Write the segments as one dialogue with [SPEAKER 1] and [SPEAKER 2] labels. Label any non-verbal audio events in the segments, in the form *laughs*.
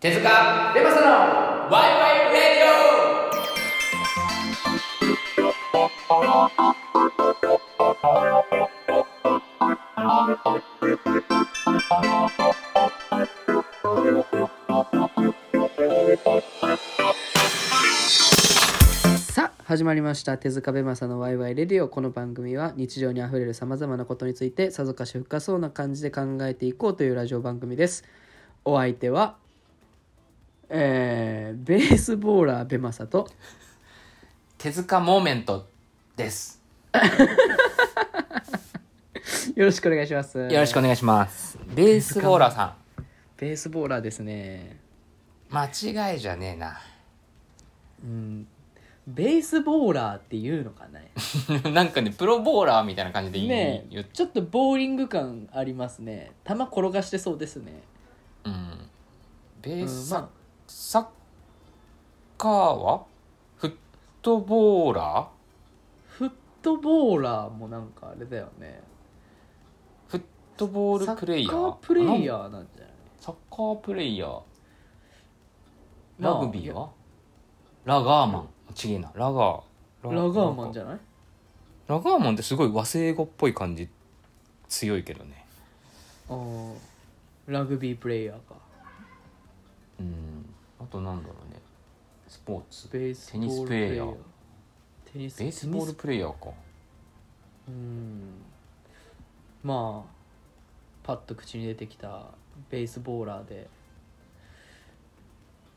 [SPEAKER 1] 手塚レマサのワイワイレディ
[SPEAKER 2] さあ始まりました手塚ベマサのワイワイレディオこの番組は日常にあふれるさまざまなことについてさぞかし深そうな感じで考えていこうというラジオ番組ですお相手はえー、ベースボーラーベマサと
[SPEAKER 1] オ手塚モーメントです
[SPEAKER 2] よろしくお願いします
[SPEAKER 1] よろしくお願いしますベースボーラーさ
[SPEAKER 2] ベースボーラーですね
[SPEAKER 1] ん間違いじゃねえな *laughs*
[SPEAKER 2] うんベースボーラーっていうのかね
[SPEAKER 1] なんかねプロボーラーみたいな感じで言,、
[SPEAKER 2] ね
[SPEAKER 1] 言っ
[SPEAKER 2] ちょっとボーリング感ありますね球転がしてそうですね
[SPEAKER 1] うんベース、
[SPEAKER 2] うんまあ
[SPEAKER 1] サッカーはフットボーラー
[SPEAKER 2] フットボーラーもなんかあれだよね
[SPEAKER 1] フットボールプレイヤー
[SPEAKER 2] サッカープレイ
[SPEAKER 1] なん
[SPEAKER 2] ヤーなんじゃない
[SPEAKER 1] サッカープレイヤー
[SPEAKER 2] ま
[SPEAKER 1] ラ
[SPEAKER 2] あ
[SPEAKER 1] グビーは、ラガーマンちげえなラガー
[SPEAKER 2] ラガーマンじ
[SPEAKER 1] ゃ
[SPEAKER 2] ゃない
[SPEAKER 1] ラガーマンってすごい和製語っぽい感じ強いけどね
[SPEAKER 2] あーラグビープレイヤーか
[SPEAKER 1] うんあとなんだろうねスポーツ
[SPEAKER 2] ベースボールプレイヤーテニス
[SPEAKER 1] ベースボール
[SPEAKER 2] テニ
[SPEAKER 1] プレイヤーか
[SPEAKER 2] スうんまあパッと口に出てきたベースボーラーで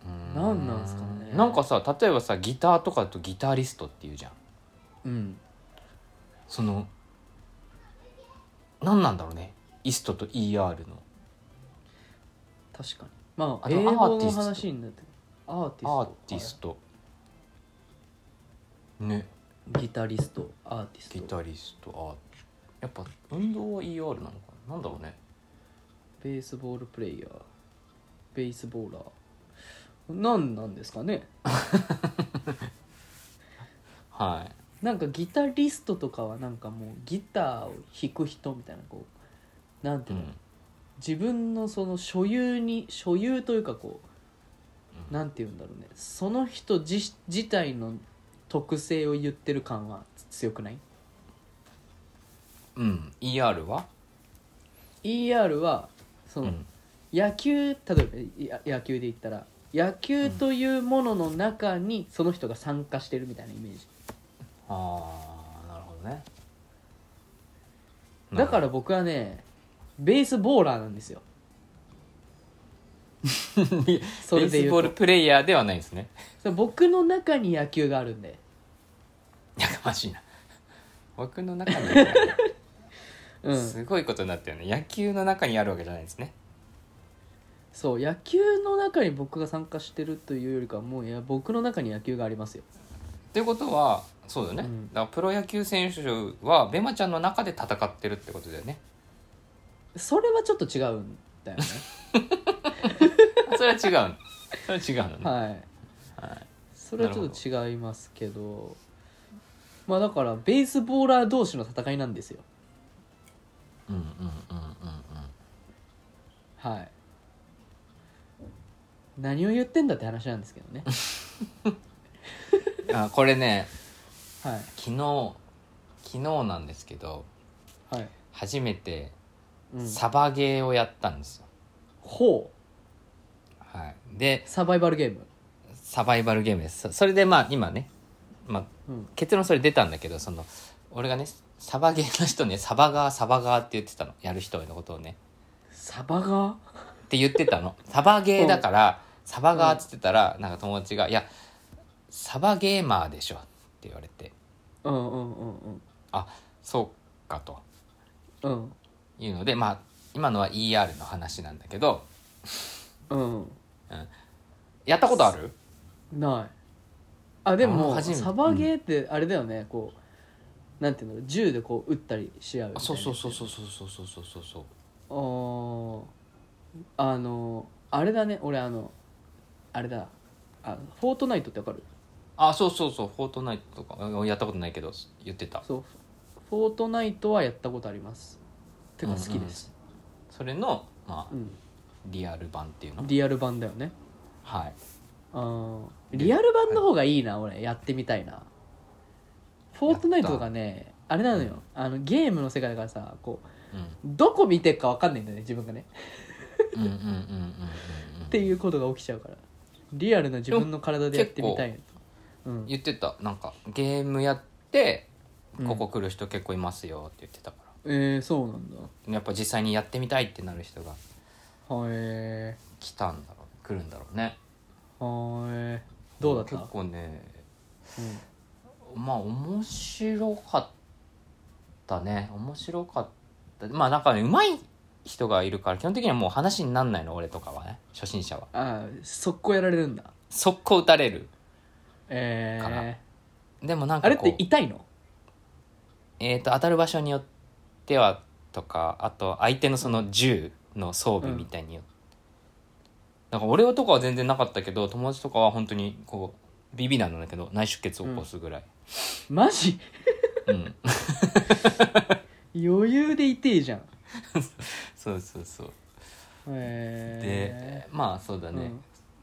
[SPEAKER 1] うん
[SPEAKER 2] なんなんすかね
[SPEAKER 1] なんかさ例えばさギターとかだとギタリストっていうじゃん
[SPEAKER 2] うん
[SPEAKER 1] そのなんなんだろうねイストと ER
[SPEAKER 2] 確かにまあ
[SPEAKER 1] あと
[SPEAKER 2] 英語
[SPEAKER 1] アーティ
[SPEAKER 2] の
[SPEAKER 1] スト
[SPEAKER 2] 話になってくるアーティス
[SPEAKER 1] の
[SPEAKER 2] ト
[SPEAKER 1] アーティストね
[SPEAKER 2] はいギタリストアーティスト
[SPEAKER 1] ギタリストあやっぱ運動は ER なのかななんだろうね
[SPEAKER 2] ベースボールプレイヤーベースボーラー何なんですかね
[SPEAKER 1] はい
[SPEAKER 2] なんかギタリストとかはなんかもうギターを弾く人みたいなこうなんて
[SPEAKER 1] う
[SPEAKER 2] い
[SPEAKER 1] ん
[SPEAKER 2] うの、自分のその所有に所有というかこ
[SPEAKER 1] う
[SPEAKER 2] うなんていうんだろうねその人自自体の特性を言ってる感は強くない
[SPEAKER 1] うん、ER は
[SPEAKER 2] ?ER はその、
[SPEAKER 1] うん
[SPEAKER 2] 野球例えばや野球で言ったら野球というものの中にその人が参加してるみたいなイメージ
[SPEAKER 1] ああなるほどね
[SPEAKER 2] だからら僕はねベースボーラーなんです
[SPEAKER 1] *laughs*
[SPEAKER 2] よそ
[SPEAKER 1] ベ
[SPEAKER 2] れ
[SPEAKER 1] ー
[SPEAKER 2] で
[SPEAKER 1] ス
[SPEAKER 2] 言
[SPEAKER 1] ボー
[SPEAKER 2] う
[SPEAKER 1] ル
[SPEAKER 2] と
[SPEAKER 1] プレイヤーではないですね *laughs*
[SPEAKER 2] そう僕の中に野球があるんで
[SPEAKER 1] やかましいな枠の中に、
[SPEAKER 2] うん
[SPEAKER 1] すごいことになったよね野球の中にあるわけじゃないですね
[SPEAKER 2] そう野球の中に僕が参加してるというよりかはもういや僕の中に野球がありますよ
[SPEAKER 1] ということはそうだよね、
[SPEAKER 2] うん
[SPEAKER 1] だからプロ野球選手はベマちゃんの中で戦ってるってことだよね
[SPEAKER 2] それはちょっと違うんだよ
[SPEAKER 1] *laughs*
[SPEAKER 2] ね
[SPEAKER 1] あそれは違
[SPEAKER 2] *laughs*
[SPEAKER 1] うのそれは違うのね、
[SPEAKER 2] はい、それはちょっと違いますけどまあだからベースボーラー同士の戦いなんですよ
[SPEAKER 1] うんうんうんうんうん
[SPEAKER 2] はい何を言ってんだって話なんですけ
[SPEAKER 1] *laughs*
[SPEAKER 2] どね
[SPEAKER 1] あこれね
[SPEAKER 2] はい
[SPEAKER 1] 昨日昨日なんですけど
[SPEAKER 2] はい、
[SPEAKER 1] 初めて
[SPEAKER 2] うん、
[SPEAKER 1] サバゲーをやったんですよ、
[SPEAKER 2] ほう
[SPEAKER 1] はい、で
[SPEAKER 2] サバイバルゲーム
[SPEAKER 1] サバイバルゲームですそそれでまあ今ね、まあ、
[SPEAKER 2] うん
[SPEAKER 1] 結論それ出たんだけどその俺がねサバゲーの人ねサバガーサバガーって言ってたのやる人のことをね
[SPEAKER 2] サバが
[SPEAKER 1] って言ってたのサバゲーだからサバガーっつってたらなんか友達が「いやサバゲーマーでしょ」って言われて
[SPEAKER 2] うんうんうんうん
[SPEAKER 1] 「あそうか」と
[SPEAKER 2] うん
[SPEAKER 1] いうのでまあ今のは ER の話なんだけど
[SPEAKER 2] うん
[SPEAKER 1] やったことある
[SPEAKER 2] ないあで
[SPEAKER 1] あ
[SPEAKER 2] も
[SPEAKER 1] 初めて
[SPEAKER 2] サバゲーってあれだよね、こうなんていうの銃でこう撃ったりし合うみたいな
[SPEAKER 1] そうそうそうそうそうそうそうそうそうそう
[SPEAKER 2] あーあのあれだね俺あのあれだあフォートナイトってわかる
[SPEAKER 1] あそうそうそうフォートナイトとかうんやったことないけど言ってた
[SPEAKER 2] そうフォートナイトはやったことありますてか好きです、
[SPEAKER 1] それのまあ
[SPEAKER 2] うん
[SPEAKER 1] リアル版っていうの
[SPEAKER 2] リアル版だよね
[SPEAKER 1] はい
[SPEAKER 2] うんリアル版の方がいいな俺やってみたいなフォートナイトとかねあれなのよあのゲームの世界だからさこう
[SPEAKER 1] う
[SPEAKER 2] どこ見てるか分かんないんだよね自分がね
[SPEAKER 1] んうんうんうんうんうんうん
[SPEAKER 2] っていうことが起きちゃうからリアルな自分の体でやってみたいうん
[SPEAKER 1] 言ってたなんかゲームやって
[SPEAKER 2] うん
[SPEAKER 1] ここ来る人結構いますよって言ってたか
[SPEAKER 2] えー、そうなんだ
[SPEAKER 1] らやっぱ実際にやってみたいってなる人が
[SPEAKER 2] はえ
[SPEAKER 1] 来たんだろう来るんだろうね
[SPEAKER 2] ー、はえー、どうだった
[SPEAKER 1] 結構ね
[SPEAKER 2] うん
[SPEAKER 1] まあ面白かったね面白かったまあなんかねうまい人がいるから基本的にはもう話になんないの俺とかはね初心者は
[SPEAKER 2] ああ速攻やられるんだ
[SPEAKER 1] 速攻打たれる
[SPEAKER 2] え
[SPEAKER 1] かな
[SPEAKER 2] ー、
[SPEAKER 1] でもなん
[SPEAKER 2] あ
[SPEAKER 1] か
[SPEAKER 2] れっ
[SPEAKER 1] こ
[SPEAKER 2] て
[SPEAKER 1] う
[SPEAKER 2] 痛いの
[SPEAKER 1] えー、と当たる場所によってはとかあと相手のその銃の装備みたいによ、なんか俺とかは全然なかったけど友達とかは本当にこうビビなんだけど内出血を起こすぐらい、
[SPEAKER 2] マジ
[SPEAKER 1] うん、
[SPEAKER 2] *laughs* 余裕で痛いじゃん
[SPEAKER 1] そうそうそう
[SPEAKER 2] え
[SPEAKER 1] でまあそうだ
[SPEAKER 2] ー、
[SPEAKER 1] ね、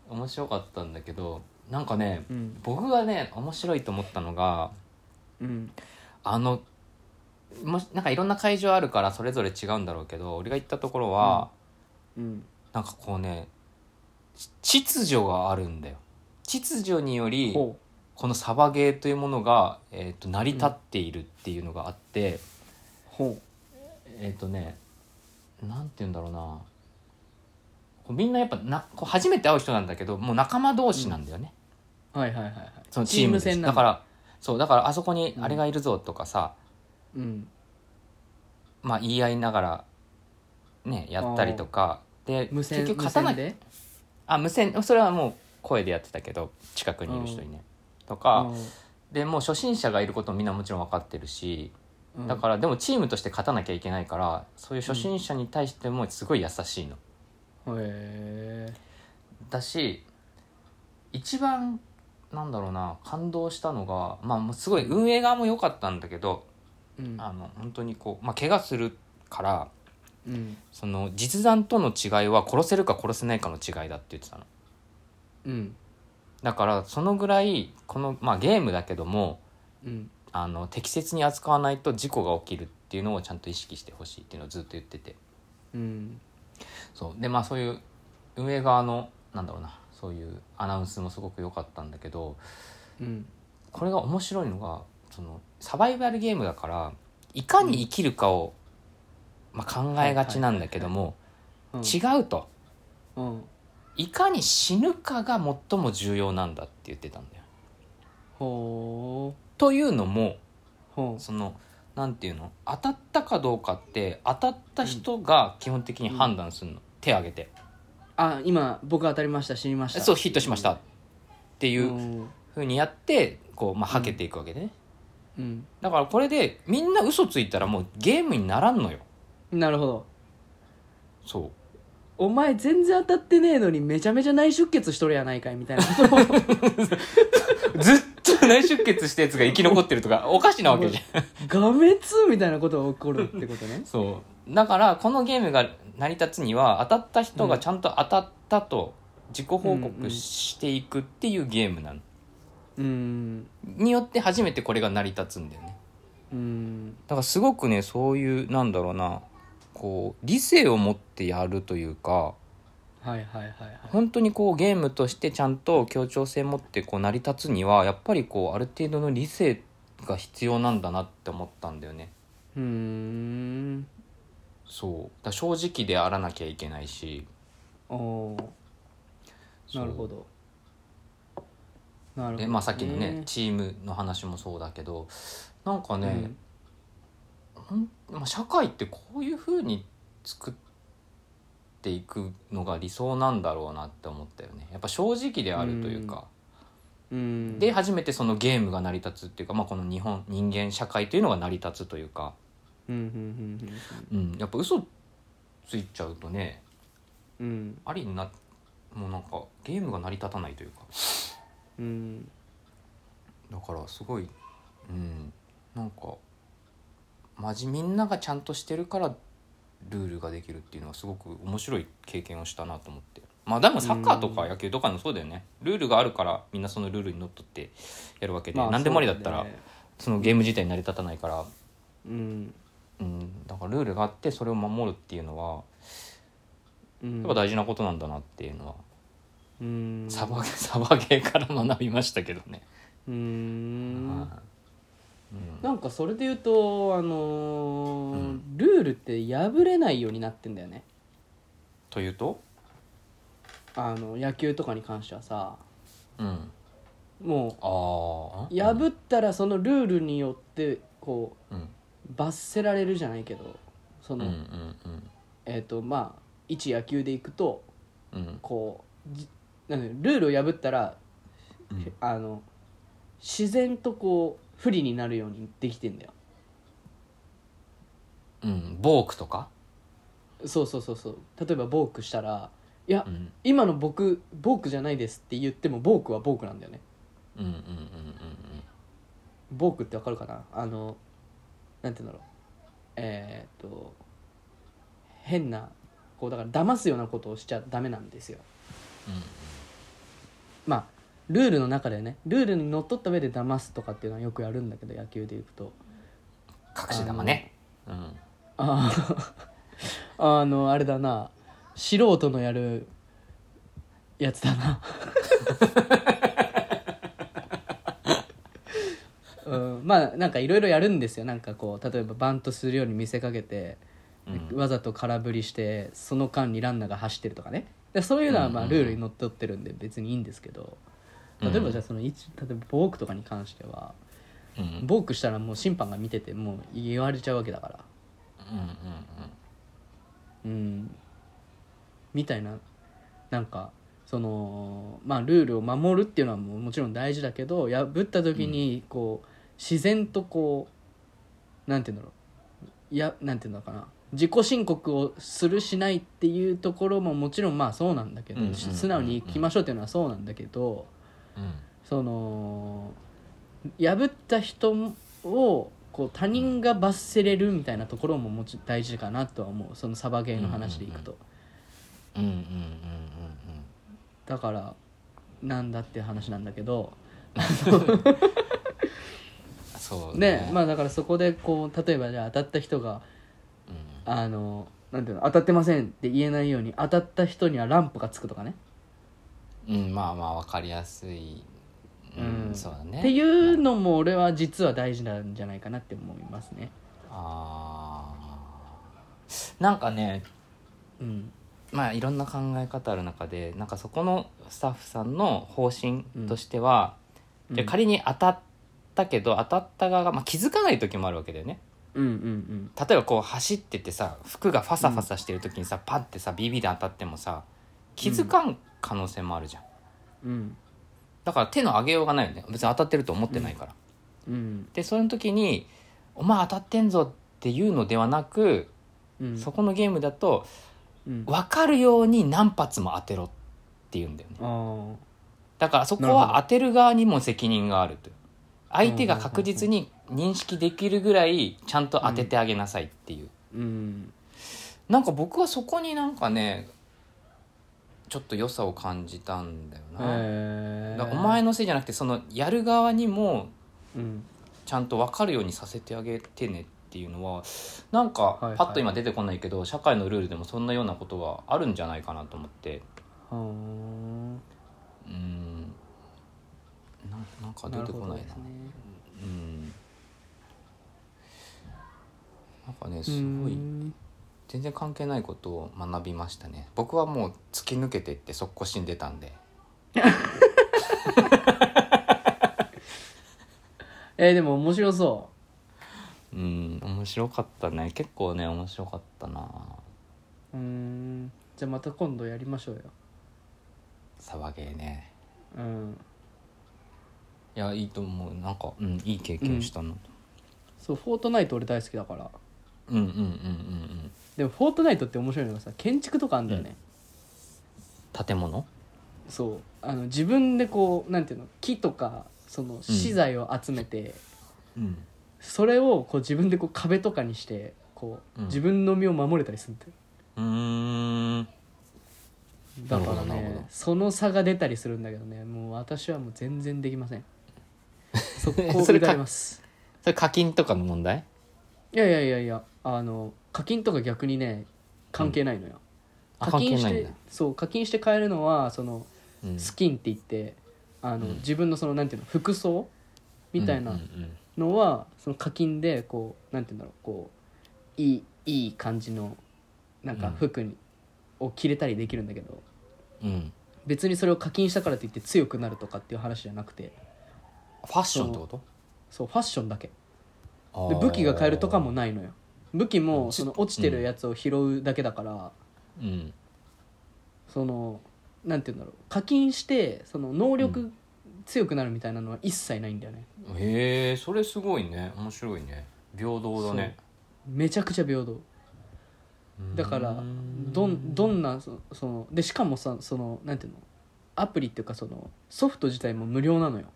[SPEAKER 1] 面白かったんだけどなんかね
[SPEAKER 2] うんうん
[SPEAKER 1] 僕がね面白いと思ったのが
[SPEAKER 2] うん
[SPEAKER 1] あのもしなんかいろんな会場あるからそれぞれ違うんだろうけど俺が行ったところは、
[SPEAKER 2] うん
[SPEAKER 1] なんかこうねち秩序があるんだよ秩序により
[SPEAKER 2] ほ
[SPEAKER 1] このサバゲーというものが、えー、と成り立っているっていうのがあって、
[SPEAKER 2] うほ
[SPEAKER 1] えっ、とねなんて言うんだろうなこうみんなやっぱなこう初めて会う人なんだけどもう仲間同士なんだよね、
[SPEAKER 2] うはいはいはいはい
[SPEAKER 1] そのチーム
[SPEAKER 2] 戦
[SPEAKER 1] 戦
[SPEAKER 2] な
[SPEAKER 1] だ
[SPEAKER 2] ん
[SPEAKER 1] からそうだからあそこに
[SPEAKER 2] うん
[SPEAKER 1] あれがいるぞとかさ、
[SPEAKER 2] うん
[SPEAKER 1] まあ言い合いながらねやったりとかで
[SPEAKER 2] 無線
[SPEAKER 1] 結局
[SPEAKER 2] 無
[SPEAKER 1] 勝たな
[SPEAKER 2] 線
[SPEAKER 1] きゃ
[SPEAKER 2] で
[SPEAKER 1] あ無線それはもう声でやってたけど近くにいる人にね、と
[SPEAKER 2] う
[SPEAKER 1] か、
[SPEAKER 2] ん
[SPEAKER 1] でもう初心者がいることもみんなもちろん分かってるしだからでもチームとして勝たなきゃいけないからそういう初心者に対してもすごい優しいの。
[SPEAKER 2] らへえ
[SPEAKER 1] だし一番なんだろうな感動したのがまあもうすごい運営側も良かったんだけど
[SPEAKER 2] うん
[SPEAKER 1] あの本当にこう、まあ、怪我するから
[SPEAKER 2] うん
[SPEAKER 1] その実弾との違いは殺せるか殺せないかの違いだって言ってたの
[SPEAKER 2] うん
[SPEAKER 1] だからそのぐらいこの、まあ、ゲームだけども
[SPEAKER 2] うん
[SPEAKER 1] あの適切に扱わないと事故が起きるっていうのをちゃんと意識してほしいっていうのをずっと言ってて
[SPEAKER 2] うん
[SPEAKER 1] そうでまあそういう運営側のなんだろうなそういうアナウンスもすごく良かったんだけど
[SPEAKER 2] うん
[SPEAKER 1] これが面白いのがそのサバイバルゲームだからいかに生きるかを、まあ、考えがちなんだけども
[SPEAKER 2] うん
[SPEAKER 1] 違うと。
[SPEAKER 2] うん
[SPEAKER 1] いかに死ぬかが最も重要なんだって言ってたんだよ。
[SPEAKER 2] ほ
[SPEAKER 1] というのも
[SPEAKER 2] うほう
[SPEAKER 1] そのなんていうの当たったかどうかって当たった人が基本的に判断するの、手挙げて
[SPEAKER 2] あ今僕当たりました死にま
[SPEAKER 1] 「
[SPEAKER 2] した
[SPEAKER 1] そうヒットしました」っていううんふうにやってこう、まあ、はけていくわけでね、
[SPEAKER 2] うん
[SPEAKER 1] だからこれでみんな嘘ついたらもうゲームにならんのよ
[SPEAKER 2] なるほど
[SPEAKER 1] そう
[SPEAKER 2] お前全然当たってねえのにめちゃめちゃ内出血しとるやないかいみたいなことを *laughs*
[SPEAKER 1] *laughs* ずっと内出血したやつが生き残ってるとかおかしなわけじゃん
[SPEAKER 2] がめつみたいなことが起こるってこと *laughs* ね
[SPEAKER 1] そうだからこのゲームが成り立つには当たった人がちゃんと当たったと自己報告していくっていうゲームなの、
[SPEAKER 2] うん
[SPEAKER 1] によって初めてこれが成り立つんだよね
[SPEAKER 2] うん
[SPEAKER 1] だからすごくねそういうなんだろうなこう理性を持ってやるというか
[SPEAKER 2] はいはいはいはい
[SPEAKER 1] 本当にこうゲームとしてちゃんと協調性持ってこう成り立つにはやっぱりこうある程度の理性が必要なんだなって思ったんだよね
[SPEAKER 2] うーん
[SPEAKER 1] そうだから正直であらなきゃいけないし
[SPEAKER 2] おーなるほどなるほど、
[SPEAKER 1] でまあ、さっきのね、チームの話もそうだけどなんかね、ほんまあ、社会ってこういうふうに作っていくのが理想なんだろうなって思ったよねやっぱ正直であるというか、
[SPEAKER 2] うん、
[SPEAKER 1] で初めてそのゲームが成り立つっていうか、まあ、この日本人間社会というのが成り立つというか、
[SPEAKER 2] うんうんうん
[SPEAKER 1] うん、やっぱ嘘ついちゃうとね
[SPEAKER 2] うんうん
[SPEAKER 1] ありになもうなんかゲームが成り立たないというか
[SPEAKER 2] うん
[SPEAKER 1] だからすごいうんなんか真面目みんながちゃんとしてるからルールができるっていうのはすごく面白い経験をしたなと思ってまあでもサッカーとか野球とかもそうだよねルールがあるからみんなそのルールにのっとってやるわけで、
[SPEAKER 2] まあ
[SPEAKER 1] 何でもありだった
[SPEAKER 2] そ
[SPEAKER 1] ら
[SPEAKER 2] うだね
[SPEAKER 1] そのゲーム自体成り立たないから、
[SPEAKER 2] うん
[SPEAKER 1] うん、だからルールがあってそれを守るっていうのは
[SPEAKER 2] うん
[SPEAKER 1] やっぱ大事なことなんだなっていうのは、
[SPEAKER 2] うん
[SPEAKER 1] サバゲサバゲー *laughs* から学びましたけどね。
[SPEAKER 2] うーん
[SPEAKER 1] はいうん
[SPEAKER 2] なんかそれで言うとあのー
[SPEAKER 1] うん
[SPEAKER 2] ルールって破れないようになってんだよね
[SPEAKER 1] というと、
[SPEAKER 2] あの野球とかに関してはさ
[SPEAKER 1] うん、
[SPEAKER 2] も
[SPEAKER 1] あー
[SPEAKER 2] う破ったらそのルールによってこう
[SPEAKER 1] うん
[SPEAKER 2] 罰せられるじゃないけどそ
[SPEAKER 1] うんう
[SPEAKER 2] の、
[SPEAKER 1] んうん
[SPEAKER 2] えっ、とまあ一野球でいくと
[SPEAKER 1] うん
[SPEAKER 2] こうじなんだろうルールを破ったら、
[SPEAKER 1] うん
[SPEAKER 2] あの自然とこう不利になるようにできてんだよ
[SPEAKER 1] うんボークとか、
[SPEAKER 2] そうそうそうそう例えばボークしたらいや、
[SPEAKER 1] うん、
[SPEAKER 2] 今の僕ボークじゃないですって言ってもボークはボークなんだよね
[SPEAKER 1] うんうんうんうん
[SPEAKER 2] ボークってわかるかなあのなんて言うんだろうえーっと変なこうだから騙すようなことをしちゃダメなんですよまあルールの中でねルールにのっとった上で騙すとかっていうのはよくやるんだけど野球でいくと
[SPEAKER 1] 隠し玉ね、うん、
[SPEAKER 2] あの *laughs* あのあれだな素人のやるやつだなうん、まあなんかいろいろやるんですよなんかこう例えばバントするように見せかけて、
[SPEAKER 1] うん
[SPEAKER 2] わざと空振りしてその間にランナーが走ってるとかねでそういうのはまあ
[SPEAKER 1] うんうんうん
[SPEAKER 2] ルールにのっとってるんで別にいいんですけど、
[SPEAKER 1] うん
[SPEAKER 2] 例えばじゃあその一例えばボークとかに関しては
[SPEAKER 1] うんうん
[SPEAKER 2] ボークしたらもう審判が見ててもう言われちゃうわけだから
[SPEAKER 1] うんうん
[SPEAKER 2] うん、みたいななんかそのまあルールを守るっていうのはもうもちろん大事だけど破った時にこう、自然とこうなんて言うんだろういやなんて言うのかな自己申告をするしないっていうところももちろんまあそうなんだけど、
[SPEAKER 1] うんうんうんうん
[SPEAKER 2] 素直に行きましょうっていうのはそうなんだけど
[SPEAKER 1] うん
[SPEAKER 2] その破った人をこう他人が罰せれるみたいなところももち大事かなとは思うそのサバゲーの話でいくと、
[SPEAKER 1] うんうんうんうん
[SPEAKER 2] だからなんだっていう話なんだけど
[SPEAKER 1] そう
[SPEAKER 2] ねま
[SPEAKER 1] あ
[SPEAKER 2] あだからそこでこう例えばじゃあ当たった人が
[SPEAKER 1] うん
[SPEAKER 2] あのなんていうの当たってませんって言えないように当たった人にはランプがつくとかね、
[SPEAKER 1] うん、まあまあわかりやすい、うん
[SPEAKER 2] うん
[SPEAKER 1] そうだね
[SPEAKER 2] っていうのも俺は実は大事なんじゃないかなって思いますね
[SPEAKER 1] あーなんかね
[SPEAKER 2] うん
[SPEAKER 1] まあいろんな考え方ある中でなんかそこのスタッフさんの方針としては、
[SPEAKER 2] うん
[SPEAKER 1] じゃあ仮に当たったけど当たった側が、まあ、気づかない時もあるわけだよね
[SPEAKER 2] うんうん
[SPEAKER 1] 例えばこう走っててさ服がファサファサしてる時にさ、パッてさ BB で当たってもさ気づかん可能性もあるじゃん、
[SPEAKER 2] うんうん
[SPEAKER 1] だから手の上げようがないよね別に当たってると思ってないから、
[SPEAKER 2] うん
[SPEAKER 1] でその時に「お前当たってんぞ」っていうのではなく、
[SPEAKER 2] うん
[SPEAKER 1] そこのゲームだと
[SPEAKER 2] うんあ
[SPEAKER 1] 分かるように何発も当てろっていうんだよね
[SPEAKER 2] あー
[SPEAKER 1] だからそこ
[SPEAKER 2] なるほ
[SPEAKER 1] は当てる側にも責任があると相手が確実に認識できるぐらいちゃんと当ててあげなさいっていう、
[SPEAKER 2] うん
[SPEAKER 1] なんか僕はそこになんかねちょっと良さを感じたんだよ
[SPEAKER 2] へ
[SPEAKER 1] な、
[SPEAKER 2] え
[SPEAKER 1] だからお前のせいじゃなくてそのやる側にも
[SPEAKER 2] うん
[SPEAKER 1] ちゃんと分かるようにさせてあげてねっていうのはなんか
[SPEAKER 2] はいはい
[SPEAKER 1] パッと今出てこないけど、社会のルールでもそんなようなことがあるんじゃないかなと思って
[SPEAKER 2] はー
[SPEAKER 1] うんななんか出てこ
[SPEAKER 2] なるほど
[SPEAKER 1] ない
[SPEAKER 2] で
[SPEAKER 1] な
[SPEAKER 2] すね
[SPEAKER 1] うんなんかね
[SPEAKER 2] う
[SPEAKER 1] すごい
[SPEAKER 2] ん
[SPEAKER 1] 全然関係ないことを学びましたね僕はもう突き抜けてって速攻死んでたんで
[SPEAKER 2] えーでも面白そう
[SPEAKER 1] うん面白かったね結構ね面白かったな
[SPEAKER 2] うーんじゃあまた今度やりましょうよ
[SPEAKER 1] サバゲーね
[SPEAKER 2] うん
[SPEAKER 1] いやいいと思うなんか、うん、いい経験したな、
[SPEAKER 2] そう「フォートナイト」俺大好きだから
[SPEAKER 1] うん、うんうんうん
[SPEAKER 2] でも「フォートナイト」って面白いのがさ建築とかあんだよね、
[SPEAKER 1] うん建物
[SPEAKER 2] そうあの自分でこうなんていうの木とかその資材を集めて、
[SPEAKER 1] うん
[SPEAKER 2] それをこう自分でこう壁とかにしてこう
[SPEAKER 1] うん
[SPEAKER 2] 自分の身を守れたりするんだよ、
[SPEAKER 1] うーん
[SPEAKER 2] だから
[SPEAKER 1] なるほどなるほ
[SPEAKER 2] ね
[SPEAKER 1] ど
[SPEAKER 2] その差が出たりするんだけどねもう私はもう全然でき
[SPEAKER 1] *laughs*
[SPEAKER 2] ませんそこ
[SPEAKER 1] それ
[SPEAKER 2] を
[SPEAKER 1] か
[SPEAKER 2] だります
[SPEAKER 1] それ課金とかの問題
[SPEAKER 2] いやいやいやいやあの課金とか逆にね関係ないのよ、
[SPEAKER 1] あ
[SPEAKER 2] 課金し
[SPEAKER 1] 関係ないん
[SPEAKER 2] て
[SPEAKER 1] だ
[SPEAKER 2] そう課金して買えるのはその
[SPEAKER 1] うん
[SPEAKER 2] スキンって言って、あの
[SPEAKER 1] うん
[SPEAKER 2] 自分のそのなんていうの服装みたいな
[SPEAKER 1] うんうん
[SPEAKER 2] のは、その課金でこうなんていうんだろうこういいいい感じのなんか
[SPEAKER 1] うん
[SPEAKER 2] 服に、を着れたりできるんだけど
[SPEAKER 1] うんうん
[SPEAKER 2] 別にそれを課金したからといって強くなるとかっていう話じゃなくて
[SPEAKER 1] ファッションってこと
[SPEAKER 2] そうファッションだけ
[SPEAKER 1] あー
[SPEAKER 2] で武器が買えるとかもないのよ武器
[SPEAKER 1] うん
[SPEAKER 2] もその落ちてるやつを拾うだけだから、
[SPEAKER 1] うん
[SPEAKER 2] そのなんて言うんだろう課金してその能力強くなるみたいなのは一切ないんだよね、
[SPEAKER 1] へえそれすごいね面白いね平等だね
[SPEAKER 2] めちゃくちゃ平等だから
[SPEAKER 1] うん
[SPEAKER 2] どんどんなそそのでしかもさそのなんていうのアプリっていうかそのソフト自体も無料なのよ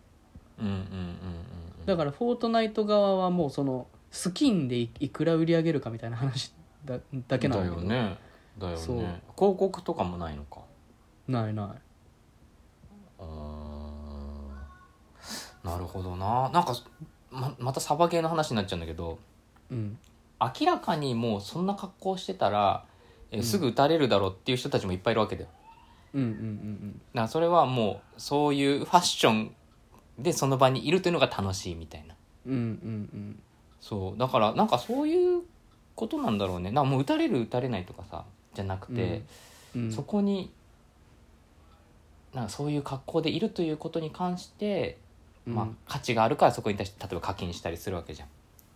[SPEAKER 1] うんうんうんうんうん
[SPEAKER 2] だからフォートナイト側はもうそのスキンでいいくら売り上げるかみたいな話だだけなんだ
[SPEAKER 1] だ
[SPEAKER 2] け
[SPEAKER 1] よ
[SPEAKER 2] ど
[SPEAKER 1] ねだよね
[SPEAKER 2] そう
[SPEAKER 1] 広告とかもないのか
[SPEAKER 2] ないな
[SPEAKER 1] うーんなるほどななんかままたサバゲーの話になっちゃうんだけど
[SPEAKER 2] いうん
[SPEAKER 1] 明らかにもうそんな格好してたら、えすぐ撃たれるだろうっていう人たちもいっぱいいるわけだよ
[SPEAKER 2] うんうんうん
[SPEAKER 1] だからそれはもうそういうファッションでその場にいるというのが楽しいみたいな
[SPEAKER 2] うんうんうん
[SPEAKER 1] そうだからなんかそういうことなんだろうねなんかもう打たれる打たれないとかさじゃなくて、
[SPEAKER 2] うんうん
[SPEAKER 1] そこになんかそういう格好でいるということに関して、
[SPEAKER 2] うん
[SPEAKER 1] まあ、価値があるからそこに対して例えば課金したりするわけじゃん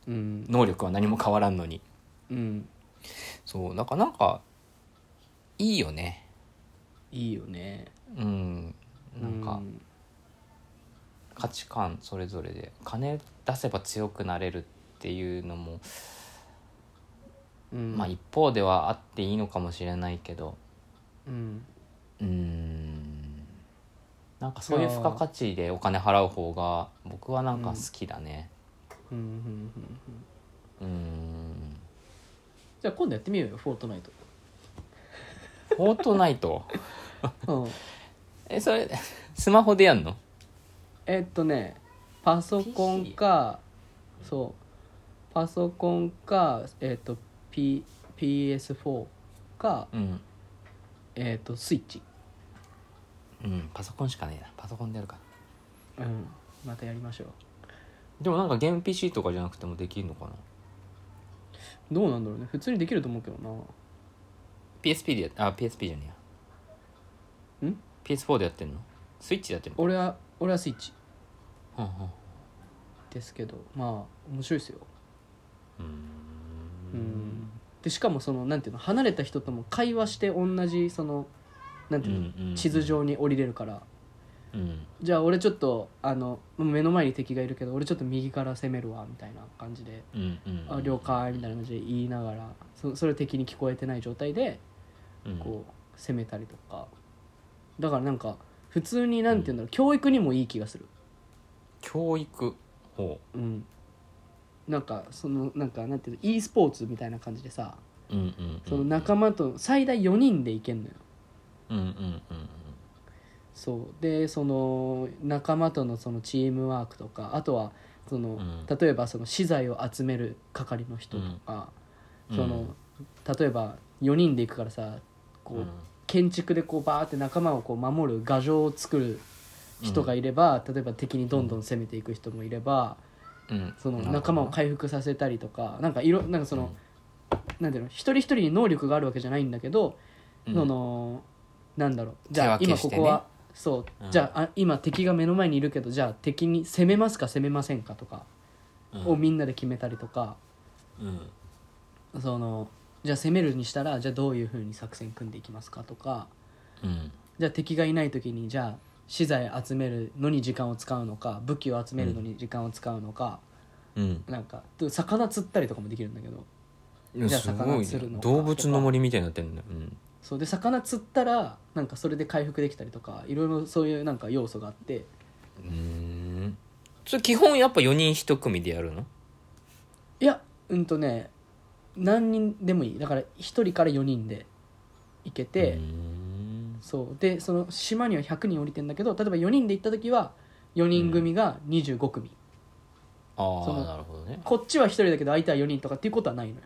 [SPEAKER 2] うん
[SPEAKER 1] 能力は何も変わらんのに
[SPEAKER 2] うん
[SPEAKER 1] そうなんかなんかいいよね
[SPEAKER 2] いいよね
[SPEAKER 1] うんなん
[SPEAKER 2] う
[SPEAKER 1] か価値観それぞれで金出せば強くなれるっていうのも、
[SPEAKER 2] うん
[SPEAKER 1] まあ一方ではあっていいのかもしれないけど
[SPEAKER 2] うん
[SPEAKER 1] うーんなんかそういう付加価値でお金払う方が僕はなんか好きだね
[SPEAKER 2] うんうんうんうん
[SPEAKER 1] うーん
[SPEAKER 2] じゃあ今度やってみようよフォートナイト
[SPEAKER 1] フォートナイト *laughs*
[SPEAKER 2] うん
[SPEAKER 1] えそれスマホでやんの
[SPEAKER 2] えっとねパソコンかそうパソコンかえっと、P、PS4 か
[SPEAKER 1] うん
[SPEAKER 2] えっとスイッチ
[SPEAKER 1] うんパソコンしかねえなパソコンでやるか
[SPEAKER 2] うんまたやりましょう
[SPEAKER 1] でもなんかゲーム PC とかじゃなくてもできるのかな
[SPEAKER 2] どうなんだろうね普通にできると思うけどな
[SPEAKER 1] PSP でやっあ PSP じゃねえや
[SPEAKER 2] ん
[SPEAKER 1] ?PS4 でやってんのスイッチでやってんの
[SPEAKER 2] 俺は俺はスイッチ
[SPEAKER 1] うんうん
[SPEAKER 2] ですけどまあ面白いですよ
[SPEAKER 1] うー
[SPEAKER 2] うんんでしかもそのなんていうの離れた人とも会話して同じそのなんていうの、
[SPEAKER 1] うんうんうん
[SPEAKER 2] 地図上に降りれるから
[SPEAKER 1] うん
[SPEAKER 2] じゃあ俺ちょっとあの目の前に敵がいるけど俺ちょっと右から攻めるわみたいな感じで
[SPEAKER 1] うんうん
[SPEAKER 2] あ了解みたいな感じで言いながらそそれ敵に聞こえてない状態で
[SPEAKER 1] うん
[SPEAKER 2] こう攻めたりとかだからなんか普通になんて言うんだろう教育にもいい気がする
[SPEAKER 1] 教育ほ
[SPEAKER 2] うんなんかそのなんかなんていうの e スポーツみたいな感じでさ
[SPEAKER 1] ううんうんうん
[SPEAKER 2] その仲間と最大4人で行けんのよ
[SPEAKER 1] うんうんうんうん
[SPEAKER 2] そうでその仲間とのそのチームワークとかあとはその、
[SPEAKER 1] ん
[SPEAKER 2] 例えばその資材を集める係の人とか、その例えば4人で行くからさこう、
[SPEAKER 1] うん
[SPEAKER 2] 建築でこうバーって仲間をこう守る牙城を作る人がいれば、例えば敵にどんどん攻めていく人もいれば、
[SPEAKER 1] うん
[SPEAKER 2] その
[SPEAKER 1] なるほど
[SPEAKER 2] 仲間を回復させたりとかなんかいろなんかその、なんていうの一人一人に能力があるわけじゃないんだけど、
[SPEAKER 1] うん
[SPEAKER 2] そのなんだろうじゃあ
[SPEAKER 1] 手分
[SPEAKER 2] 今
[SPEAKER 1] けしてね
[SPEAKER 2] ここは、そう
[SPEAKER 1] うん
[SPEAKER 2] じゃああ今敵が目の前にいるけどじゃあ敵に攻めますか攻めませんかとか
[SPEAKER 1] うん
[SPEAKER 2] をみんなで決めたりとか、
[SPEAKER 1] うん
[SPEAKER 2] そのじゃあ攻めるにしたらじゃあどういうふうに作戦組んでいきますかとか
[SPEAKER 1] うん
[SPEAKER 2] じゃあ敵がいない時にじゃあ資材集めるのに時間を使うのか武器を集めるのに時間を使うのか、
[SPEAKER 1] うん
[SPEAKER 2] なんか魚釣ったりとかもできるんだけど
[SPEAKER 1] いや
[SPEAKER 2] じゃあ
[SPEAKER 1] すごい
[SPEAKER 2] 魚釣る
[SPEAKER 1] ね
[SPEAKER 2] のか
[SPEAKER 1] 動物の森みたいになってんだようん
[SPEAKER 2] そうで魚釣ったらなんかそれで回復できたりとかいろいろそういうなんか要素があって
[SPEAKER 1] うーんそれ基本やっぱ4人1組でやるの
[SPEAKER 2] いやうんとね何人でもいいだから1人から4人で行けて、
[SPEAKER 1] うーん
[SPEAKER 2] そうでその島には100人降りてんだけど例えば4人で行った時は4人組が25組、
[SPEAKER 1] あ
[SPEAKER 2] その
[SPEAKER 1] あなるほどね
[SPEAKER 2] こっちは1人だけど相手は4人とかっていうことはないのよ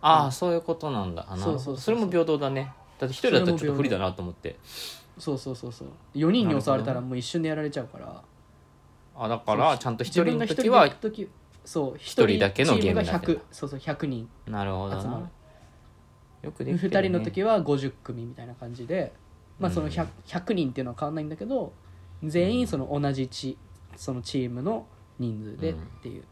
[SPEAKER 1] ああそういうことなんだあなるほど
[SPEAKER 2] そうそうそう
[SPEAKER 1] それも平等だねだって一人だったらちょっと不利だなと思って
[SPEAKER 2] そうそうそうそう4人に襲われたらもう一瞬でやられちゃうから
[SPEAKER 1] あだからちゃんと一人の時
[SPEAKER 2] 自分が
[SPEAKER 1] は
[SPEAKER 2] 一人で行く時そう
[SPEAKER 1] 一人だけの
[SPEAKER 2] チームが
[SPEAKER 1] ゲームなんだ
[SPEAKER 2] 100そうそう100人
[SPEAKER 1] なるほど
[SPEAKER 2] 集ま
[SPEAKER 1] な
[SPEAKER 2] る
[SPEAKER 1] よくできてる、ね、
[SPEAKER 2] 2人の時は50組みたいな感じで、まあ、その 100,
[SPEAKER 1] うん
[SPEAKER 2] 100人っていうのは変わんないんだけど全員その同じチそのチームの人数でっていう、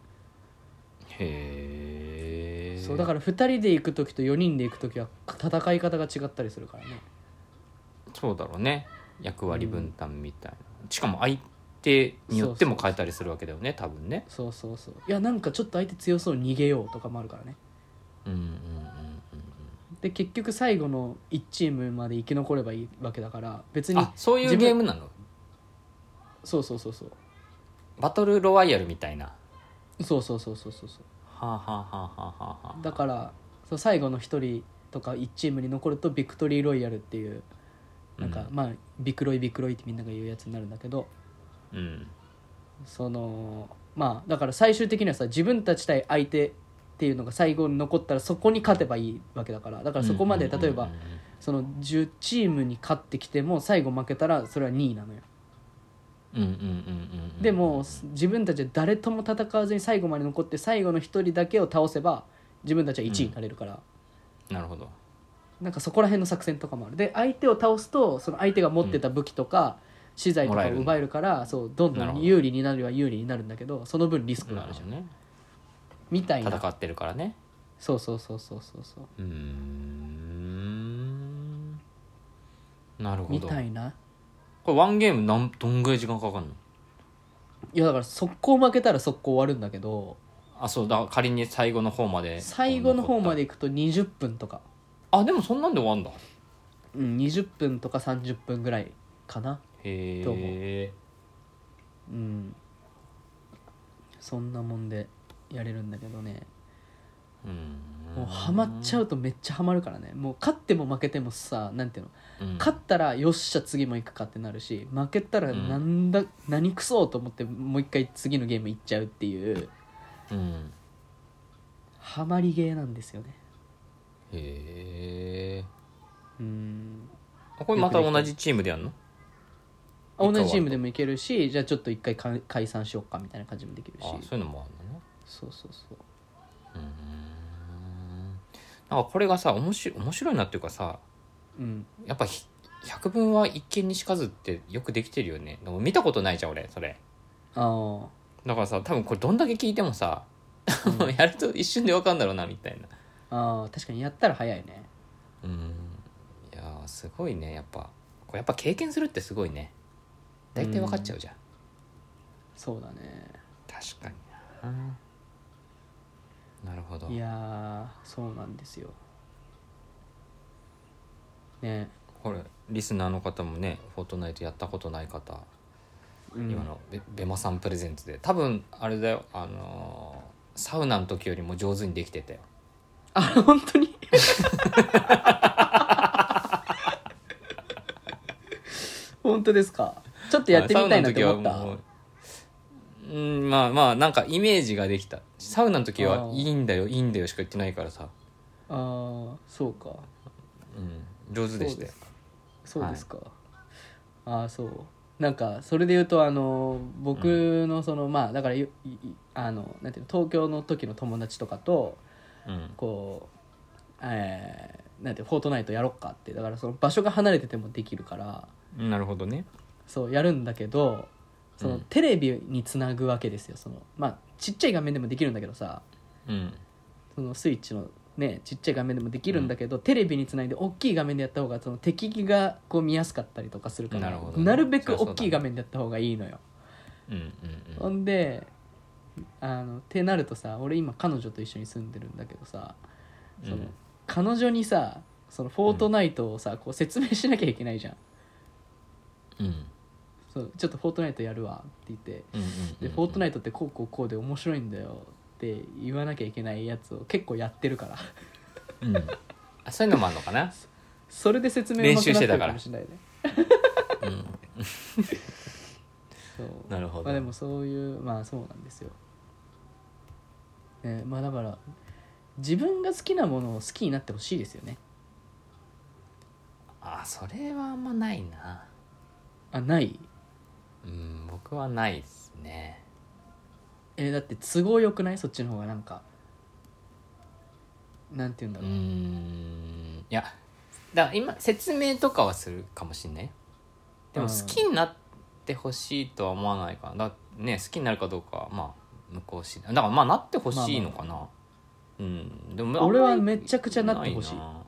[SPEAKER 1] へえ
[SPEAKER 2] そうだから2人で行く時と4人で行く時は戦い方が違ったりするからね
[SPEAKER 1] そうだろうね役割分担みたいな、しかも相手によっても変えたりするわけだよね多分ね
[SPEAKER 2] そうそうそういやなんかちょっと相手強そう逃げようとかもあるからね
[SPEAKER 1] うんうんうんうん
[SPEAKER 2] で結局最後の1チームまで生き残ればいいわけだから別
[SPEAKER 1] うん
[SPEAKER 2] に
[SPEAKER 1] あそういう
[SPEAKER 2] 自分
[SPEAKER 1] ゲームなの
[SPEAKER 2] そうそうそうそう
[SPEAKER 1] バトルロワイヤルみたいなは
[SPEAKER 2] そうそうそうそうそうそう
[SPEAKER 1] あ、はあはあはあはあはあ、
[SPEAKER 2] だからそう最後の1人とか1チームに残るとビクトリーロイヤルっていうなんか、まあビクロイビクロイってみんなが言うやつになるんだけど
[SPEAKER 1] うん
[SPEAKER 2] そのまあだから最終的にはさ自分たち対相手っていうのが最後に残ったらそこに勝てばいいわけだからだからそこまで例えば、
[SPEAKER 1] うんうんうんうん
[SPEAKER 2] その10チームに勝ってきても最後負けたらそれは2位なのよ
[SPEAKER 1] うんうんうんうん
[SPEAKER 2] でも自分たちは誰とも戦わずに最後まで残って最後の1人だけを倒せば自分たちは1位になれるから、
[SPEAKER 1] なるほど
[SPEAKER 2] なんかそこら辺の作戦とかもあるで相手を倒すとその相手が持ってた武器とか、資材と
[SPEAKER 1] もら
[SPEAKER 2] か
[SPEAKER 1] え
[SPEAKER 2] を
[SPEAKER 1] る
[SPEAKER 2] 奪えるからそうどんど
[SPEAKER 1] なる
[SPEAKER 2] ん
[SPEAKER 1] ほど
[SPEAKER 2] 有利になるは有利になるんだけどその分リスクが
[SPEAKER 1] な
[SPEAKER 2] あ
[SPEAKER 1] る
[SPEAKER 2] る
[SPEAKER 1] ほ
[SPEAKER 2] じ
[SPEAKER 1] ど
[SPEAKER 2] ゃん
[SPEAKER 1] ね
[SPEAKER 2] みたいな
[SPEAKER 1] 戦ってるからね
[SPEAKER 2] そうそうそうそうそうそ
[SPEAKER 1] う
[SPEAKER 2] う
[SPEAKER 1] ーんなるほ
[SPEAKER 2] み
[SPEAKER 1] ど
[SPEAKER 2] たいな
[SPEAKER 1] これワンゲームなんどんぐらい時間かかるの
[SPEAKER 2] いやだから速攻負けたら速攻終わるんだけど
[SPEAKER 1] あそうだから仮に最後の方まで
[SPEAKER 2] 最後の方まで行くと20分とか、
[SPEAKER 1] あでもそんなんで終わんだ
[SPEAKER 2] うん、20分とか30分ぐらいかなどう
[SPEAKER 1] へえ
[SPEAKER 2] うんそんなもんでやれるんだけどねもうハマっちゃうとめっちゃハマるからねもう勝っても負けてもさなんていうの
[SPEAKER 1] うん
[SPEAKER 2] 勝ったらよっしゃ次も行くかってなるし負けたらなんだ、何くそと思ってもう一回次のゲーム行っちゃうっていう
[SPEAKER 1] うん
[SPEAKER 2] ハマりゲーなんですよね
[SPEAKER 1] へえ
[SPEAKER 2] うん
[SPEAKER 1] これまた同じチームでやるの
[SPEAKER 2] 同じチームでもいけるしじゃあちょっと一回か解散しよっかみたいな感じもできるし
[SPEAKER 1] あそういうのもあるのね
[SPEAKER 2] そうそうそう
[SPEAKER 1] うーんなんかこれがさ面白い面白いなっていうかさ
[SPEAKER 2] うん
[SPEAKER 1] やっぱひ百聞は一見にしかずってよくできてるよねでも見たことないじゃん俺それ
[SPEAKER 2] あ
[SPEAKER 1] だからさ多分これどんだけ聞いてもさ、
[SPEAKER 2] う
[SPEAKER 1] やると一瞬でわかんだろうなみたいな
[SPEAKER 2] あああ確かにやったら早いね
[SPEAKER 1] うんいやーすごいねやっぱこれやっぱ経験するってすごいね大体分かっちゃうじゃん
[SPEAKER 2] そうだね
[SPEAKER 1] 確かにななるほど
[SPEAKER 2] いやーそうなんですよね
[SPEAKER 1] これリスナーの方もね「フォートナイト」やったことない方、
[SPEAKER 2] うん
[SPEAKER 1] 今のベベマさんプレゼンツで多分あれだよあのーサウナの時よりも上手にできてたよ
[SPEAKER 2] あ本
[SPEAKER 1] *laughs*
[SPEAKER 2] 当に本当ですかちょっとやってみたいなって思った
[SPEAKER 1] サウナの時はもううんまあまあなんかイメージができたサウナの時
[SPEAKER 2] あ
[SPEAKER 1] は
[SPEAKER 2] ー
[SPEAKER 1] いいんだよいいんだよしか言ってないからさ、
[SPEAKER 2] あーそうか
[SPEAKER 1] うん、上手でしたよ
[SPEAKER 2] そうですか、ああそうなんかそれで言うとあの僕のその、まあだからいいあのなんていうの東京の時の友達とかと
[SPEAKER 1] うん
[SPEAKER 2] こう、えーなんていうのフォートナイトやろっかってだからその場所が離れててもできるから
[SPEAKER 1] なるほどね
[SPEAKER 2] そうやるんだけどその、
[SPEAKER 1] うん
[SPEAKER 2] テレビにつなぐわけですよその、まあ、ちっちゃい画面でもできるんだけどさ
[SPEAKER 1] うん
[SPEAKER 2] そのスイッチの、ね、ちっちゃい画面でもできるんだけど、テレビにつないで大きい画面でやった方がその敵がこう見やすかったりとかするから
[SPEAKER 1] なるほどね
[SPEAKER 2] るべ
[SPEAKER 1] そ
[SPEAKER 2] く
[SPEAKER 1] りゃそうだね
[SPEAKER 2] 大きい画面でやった方がいいのよ。
[SPEAKER 1] うんうんう
[SPEAKER 2] ほ
[SPEAKER 1] ん
[SPEAKER 2] んであのってなるとさ俺今彼女と一緒に住んでるんだけどさその、
[SPEAKER 1] うん
[SPEAKER 2] 彼女にさそのフォートナイトをさ、こう説明しなきゃいけないじゃん
[SPEAKER 1] うん
[SPEAKER 2] そうちょっとフォートナイトやるわって言って
[SPEAKER 1] うんうん
[SPEAKER 2] で「フォートナ
[SPEAKER 1] イ
[SPEAKER 2] イトってこうこうこうで面白いんだよ」って言わなきゃいけないやつを結構やってるから *laughs*
[SPEAKER 1] ト、うん、あそういうのもあるのかな
[SPEAKER 2] それで説明うまくなってるかもしれないね
[SPEAKER 1] うん、
[SPEAKER 2] そう
[SPEAKER 1] なるほど、
[SPEAKER 2] まあでもそういうまあそうなんですよ、ね、まあだから自分が好きなものを好きになってほしいですよね
[SPEAKER 1] あそれはあんまないな
[SPEAKER 2] あない
[SPEAKER 1] うん僕はないですね
[SPEAKER 2] えだって都合よくないそっちの方がなんかなんて言うんだ
[SPEAKER 1] う
[SPEAKER 2] ろう、
[SPEAKER 1] んいやだから今説明とかはするかもしんないでも
[SPEAKER 2] うん
[SPEAKER 1] 好きになってほしいとは思わないかなだね好きになるかどうかはまあ向こう次第だからまあなってほしいのかな、うんでもあんまり
[SPEAKER 2] 俺はめちゃくちゃなってほしい
[SPEAKER 1] なな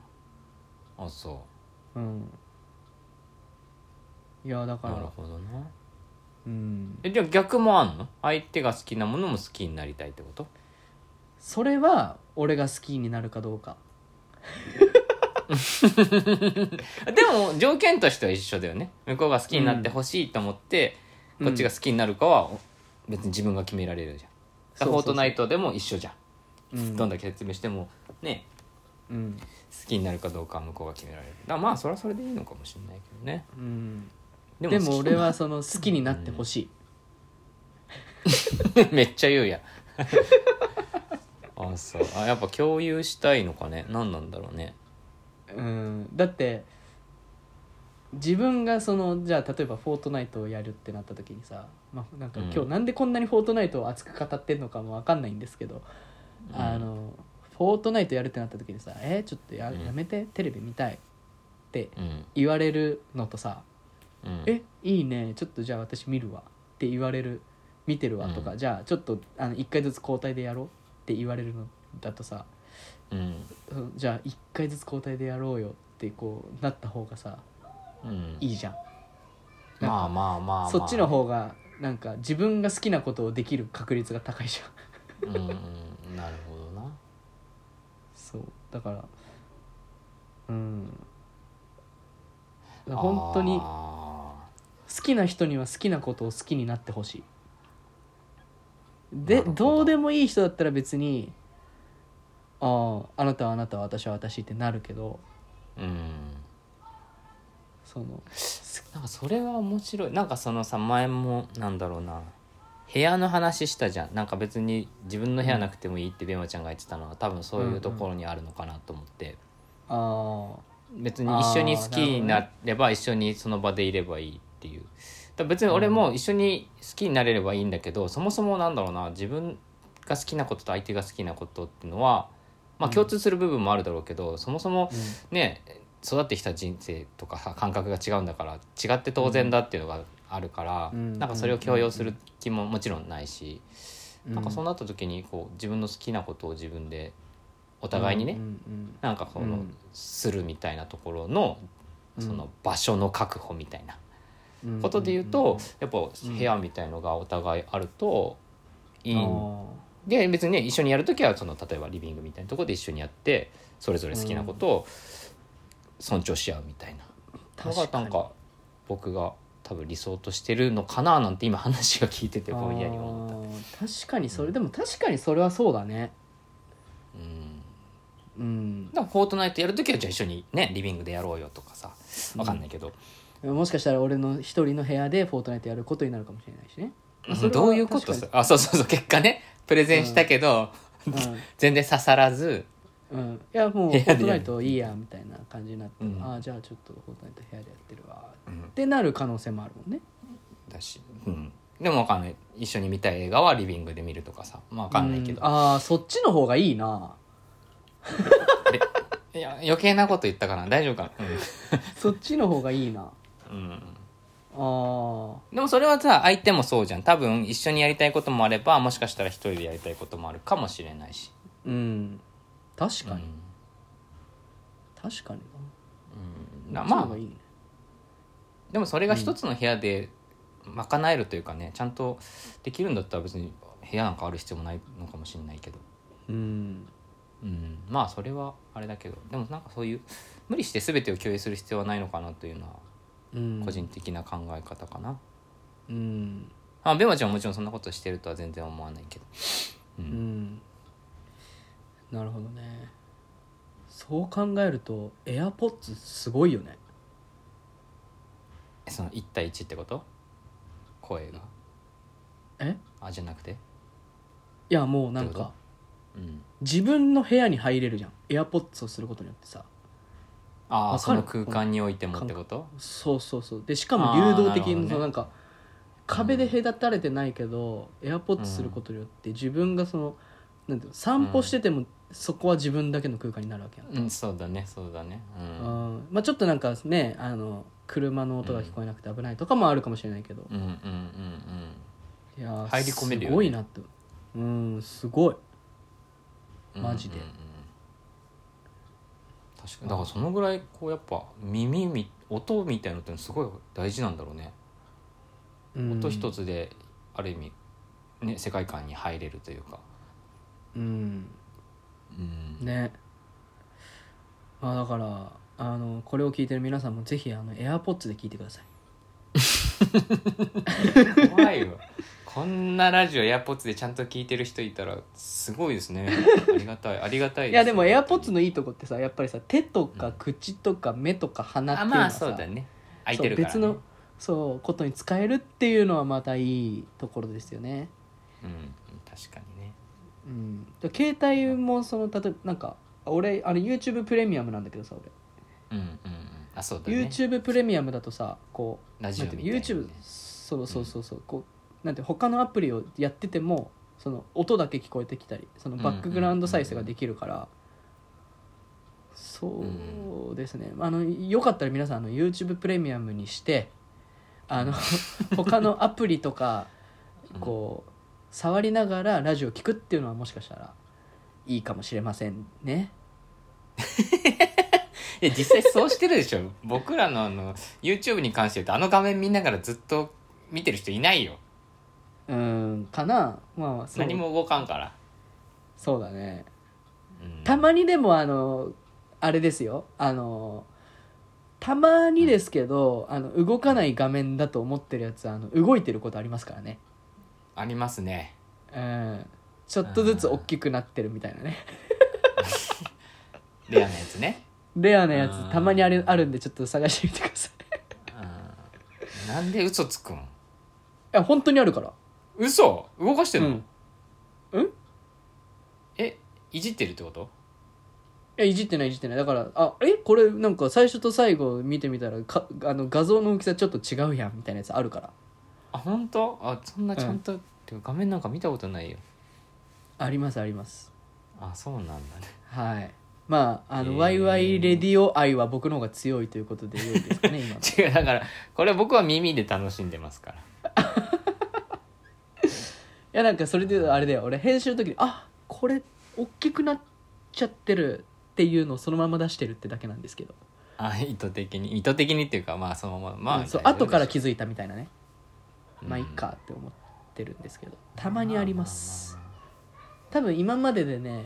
[SPEAKER 1] あそ
[SPEAKER 2] うんいやだ
[SPEAKER 1] う
[SPEAKER 2] か
[SPEAKER 1] な
[SPEAKER 2] ら
[SPEAKER 1] るほどな
[SPEAKER 2] うん
[SPEAKER 1] えじゃあ逆もあんの相手が好きなものも好きになりたいってこと
[SPEAKER 2] それは俺が好きになるかどうか
[SPEAKER 1] でも条件としては一緒だよね向こうが好きになってほしいと思って、こっちが好きになるかは別に自分が決められるじゃん、だからフォートナイトでも一緒じゃん
[SPEAKER 2] うん
[SPEAKER 1] どんだけ説明してもね
[SPEAKER 2] うん
[SPEAKER 1] 好きになるかどうかは向こうが決められるだからまあそれはそれでいいのかもしれないけどね
[SPEAKER 2] うん
[SPEAKER 1] で
[SPEAKER 2] でも
[SPEAKER 1] 好き
[SPEAKER 2] 俺
[SPEAKER 1] な
[SPEAKER 2] はその好きになってほしい
[SPEAKER 1] *laughs* めっちゃ言うやん *laughs* あそうあやっぱ共有したいのかね何なんだろうね
[SPEAKER 2] うんだって自分がそのじゃあ例えば「フォートナイト」をやるってなった時にさ、まあ、なんか
[SPEAKER 1] うん
[SPEAKER 2] 今日なんでこんなに「フォートナイト」を熱く語ってんのかもわかんないんですけど、
[SPEAKER 1] うん
[SPEAKER 2] あの「フォートナイト」やるってなった時にさ「えーちょっとや
[SPEAKER 1] うん
[SPEAKER 2] やめてテレビ見たい」って
[SPEAKER 1] うん、
[SPEAKER 2] 言われるのとさ
[SPEAKER 1] うん
[SPEAKER 2] 「えいいねちょっとじゃあ私見るわ」って言われる「見てるわ」とか、
[SPEAKER 1] うん
[SPEAKER 2] じゃあちょっとあの1回ずつ交代でやろうって言われるのだとさ
[SPEAKER 1] うん
[SPEAKER 2] うんじゃあ1回ずつ交代でやろうよってこうなった方がさ
[SPEAKER 1] うん
[SPEAKER 2] いいじゃん、
[SPEAKER 1] まあまあまあ、まあ、
[SPEAKER 2] そっちの方がなんか自分が好きなことをできる確率が高いじゃん *laughs*
[SPEAKER 1] うんうんなるほどな
[SPEAKER 2] そうだからうん本当に
[SPEAKER 1] あ
[SPEAKER 2] 好きな人には好きなことを好きになってほしい
[SPEAKER 1] な
[SPEAKER 2] で
[SPEAKER 1] るほ
[SPEAKER 2] ど
[SPEAKER 1] ど
[SPEAKER 2] うでもいい人だったら別にあああなたはあなた私は私ってなるけど
[SPEAKER 1] ーうん
[SPEAKER 2] その
[SPEAKER 1] なんかそれは面白いなんかそのさ前もなんだろうな部屋の話したじゃんなんか別に自分の部屋なくてもいいってベマちゃんが言ってたのは多分そういうところにあるのかなと思って、
[SPEAKER 2] ああ
[SPEAKER 1] 別に一緒に好きになれば一緒にその場でいればいいっていうだから別に俺も一緒に好きになれればいいんだけど、そもそもなんだろうな自分が好きなことと相手が好きなことっていうのはまあ共通する部分もあるだろうけど、そもそもね育ってきた人生とかさ感覚が違うんだから違って当然だっていうのがあるから、
[SPEAKER 2] うん
[SPEAKER 1] なんかそれを強要する気ももちろんないし、
[SPEAKER 2] うん
[SPEAKER 1] なんかそうなった時にこう自分の好きなことを自分でお互いにね、
[SPEAKER 2] うんうん
[SPEAKER 1] なんかこの、
[SPEAKER 2] うん
[SPEAKER 1] するみたいなところの
[SPEAKER 2] うん
[SPEAKER 1] その場所の確保みたいな
[SPEAKER 2] うんうん
[SPEAKER 1] ことで言うと、やっぱ部屋みたいのがお互いあるといいんで別にね一緒にやる時はその例えばリビングみたいなところで一緒にやってそれぞれ好きなことを尊重し合うみたいな
[SPEAKER 2] あー
[SPEAKER 1] のがなんか僕が多分理想としてるのかななんて今話が聞いててぼんやり思った。
[SPEAKER 2] あー確かにそれでも確かにそれはそうだね
[SPEAKER 1] うん
[SPEAKER 2] うん
[SPEAKER 1] だからフォートナイトやる時はじゃあ一緒にねリビングでやろうよとかさわかんないけど、
[SPEAKER 2] もしかしたら俺の一人の部屋でフォートナイトやることになるかもしれないしねまあそれは
[SPEAKER 1] どういうこと
[SPEAKER 2] 確か
[SPEAKER 1] あそうそうそう結果ねプレゼンしたけど、全然刺さらず
[SPEAKER 2] うん、うん、いやもう
[SPEAKER 1] 部
[SPEAKER 2] フ
[SPEAKER 1] 屋でや
[SPEAKER 2] ォ
[SPEAKER 1] る
[SPEAKER 2] ートナイトいいやみたいな感じになって、
[SPEAKER 1] うん
[SPEAKER 2] ああじゃあちょっとフォートナイト部屋でやってるわ
[SPEAKER 1] うん
[SPEAKER 2] ってなる可能性もあるもんね
[SPEAKER 1] だし、うん、でもわかんない一緒に見たい映画はリビングで見るとかさまあわかんないけど
[SPEAKER 2] う、ああそっちの方がいいない
[SPEAKER 1] や余計なこと言ったかな大丈夫かな
[SPEAKER 2] そっちの方がいいな *laughs*
[SPEAKER 1] うん、うん
[SPEAKER 2] あー
[SPEAKER 1] でもそれはさ相手もそうじゃん多分一緒にやりたいこともあればもしかしたら一人でやりたいこともあるかもしれないし、
[SPEAKER 2] うん確
[SPEAKER 1] うん
[SPEAKER 2] かに、確かに
[SPEAKER 1] うん
[SPEAKER 2] な
[SPEAKER 1] な
[SPEAKER 2] そっちの方
[SPEAKER 1] ま
[SPEAKER 2] が
[SPEAKER 1] あ
[SPEAKER 2] いいね
[SPEAKER 1] でもそれが一つの部屋で賄えるというかねちゃんとできるんだったら別に部屋なんかある必要もないのかもしれないけど
[SPEAKER 2] うん
[SPEAKER 1] うん、まあそれはあれだけどでもなんかそういう無理して全てを共有する必要はないのかなというのは
[SPEAKER 2] うん
[SPEAKER 1] 個人的な考え方かな、
[SPEAKER 2] うん
[SPEAKER 1] あベマちゃんはもちろんそんなことしてるとは全然思わないけどう
[SPEAKER 2] うんなるほどねそう考えると AirPods すごいよね
[SPEAKER 1] えその1対1ってこと声が
[SPEAKER 2] え
[SPEAKER 1] あじゃなくて
[SPEAKER 2] いやもうなん
[SPEAKER 1] どういうこ
[SPEAKER 2] か
[SPEAKER 1] うん
[SPEAKER 2] 自分の部屋に入れるじゃんエアポッツをすることによってさ
[SPEAKER 1] ああ
[SPEAKER 2] わ
[SPEAKER 1] そ
[SPEAKER 2] かる
[SPEAKER 1] の空間においてもってこと
[SPEAKER 2] そうそうそうでしかも
[SPEAKER 1] あー
[SPEAKER 2] 流動的に
[SPEAKER 1] なるほどね
[SPEAKER 2] そのなんか壁で隔たれてないけど、エアポッツすることによって自分がそのなんていうの散歩してても、そこは自分だけの空間になるわけやん、
[SPEAKER 1] うんそうだねそうだねうん
[SPEAKER 2] うんまあ、ちょっとなんかねあの車の音が聞こえなくて危ないとかもあるかもしれないけど、
[SPEAKER 1] うんうんうんうん
[SPEAKER 2] いやー
[SPEAKER 1] 入り込めるよね
[SPEAKER 2] すごいなってうんすごい
[SPEAKER 1] うん
[SPEAKER 2] マジで
[SPEAKER 1] うんうんうん確かにだからそのぐらいこうやっぱ耳み音みたいなのってすごい大事なんだろうね
[SPEAKER 2] うん
[SPEAKER 1] 音一つである意味ね世界観に入れるというか
[SPEAKER 2] うん
[SPEAKER 1] うん
[SPEAKER 2] ねまあだからあのこれを聞いてる皆さんもぜひあの AirPods で聞いてください
[SPEAKER 1] 怖いわこんなラジオエアポッツでちゃんと聞いてる人いたらすごいですねありがたいありがたい
[SPEAKER 2] いやでも AirPods
[SPEAKER 1] の
[SPEAKER 2] のいいとこってさやっぱりさ手とか口とか目とか鼻って
[SPEAKER 1] あ
[SPEAKER 2] いうの
[SPEAKER 1] まあ
[SPEAKER 2] は
[SPEAKER 1] そ
[SPEAKER 2] さ、
[SPEAKER 1] うだね空いてるから、ね、
[SPEAKER 2] そう別のそうことに使えるっていうのはまたいいところですよね、
[SPEAKER 1] うん確かにね
[SPEAKER 2] うん、で携帯もその例えばなんか俺あの YouTube プレミアムなんだけどさ俺、
[SPEAKER 1] うんうんうんあそうだね
[SPEAKER 2] YouTube プレミアムだとさこう
[SPEAKER 1] ラジオ
[SPEAKER 2] なん
[SPEAKER 1] みた
[SPEAKER 2] て
[SPEAKER 1] いな、
[SPEAKER 2] いう
[SPEAKER 1] ね、
[SPEAKER 2] の YouTube そうそうそうそう、こうなんて他のアプリをやっててもその音だけ聞こえてきたりそのバックグラウンド再生ができるから、そうですねあのよかったら皆さんあの YouTube プレミアムにしてあ
[SPEAKER 1] *laughs*
[SPEAKER 2] の他のアプリとか
[SPEAKER 1] うん
[SPEAKER 2] こう触りながらラジオ聞くっていうのはもしかしたらいいかもしれませんね。
[SPEAKER 1] いや実際そうしてるでしょ *laughs* 僕らのあの YouTube に関して言うとあの画面見ながらずっと見てる人いないよ
[SPEAKER 2] うんかなまあそう
[SPEAKER 1] 何も動かんから、
[SPEAKER 2] そうだね。
[SPEAKER 1] うん
[SPEAKER 2] たまにでもあのあれですよあのたまにですけど、あの動かない画面だと思ってるやつあの動いてることありますからね、
[SPEAKER 1] ありますね
[SPEAKER 2] うん、ちょっとずつ大きくなってるみたいなね
[SPEAKER 1] レアなやつ
[SPEAKER 2] *laughs*
[SPEAKER 1] ね
[SPEAKER 2] レアなや
[SPEAKER 1] うん
[SPEAKER 2] つたまにあれあるんでちょっと探してみてください *laughs* い
[SPEAKER 1] うんなんで嘘つくん
[SPEAKER 2] や本当にあるから
[SPEAKER 1] 嘘動かしてん
[SPEAKER 2] う
[SPEAKER 1] の、
[SPEAKER 2] んうんい
[SPEAKER 1] えいじってるってこと
[SPEAKER 2] やいじってないいじってないだからあえこれなんか最初と最後見てみたらかあの画像の大きさちょっと違うやんみたいなやつあるから
[SPEAKER 1] あ本当あそんなちゃんと、てか画面なんか見たことないよ
[SPEAKER 2] ありますあります
[SPEAKER 1] あそうなんだね *laughs*
[SPEAKER 2] はい。まあ、あの、
[SPEAKER 1] えー
[SPEAKER 2] ワイワイレディオ愛は僕の方が強いということで良いですかね、今
[SPEAKER 1] *laughs*
[SPEAKER 2] の
[SPEAKER 1] 違うだからこれ僕は耳で楽しんでますから
[SPEAKER 2] いや、なんかそれで言うとあれだよ、俺編集の時に、あこれ、大きくなっちゃってるっていうのをそのまま出してるってだけなんですけど。
[SPEAKER 1] あ意図的に意図的にっていうかまあそのまままあ、
[SPEAKER 2] うんそう、
[SPEAKER 1] 大丈夫でしょ
[SPEAKER 2] 後から気づいたみたいなね。まあ、いい
[SPEAKER 1] うん
[SPEAKER 2] かって思ってるんですけど。たまにあります。多分今まででね、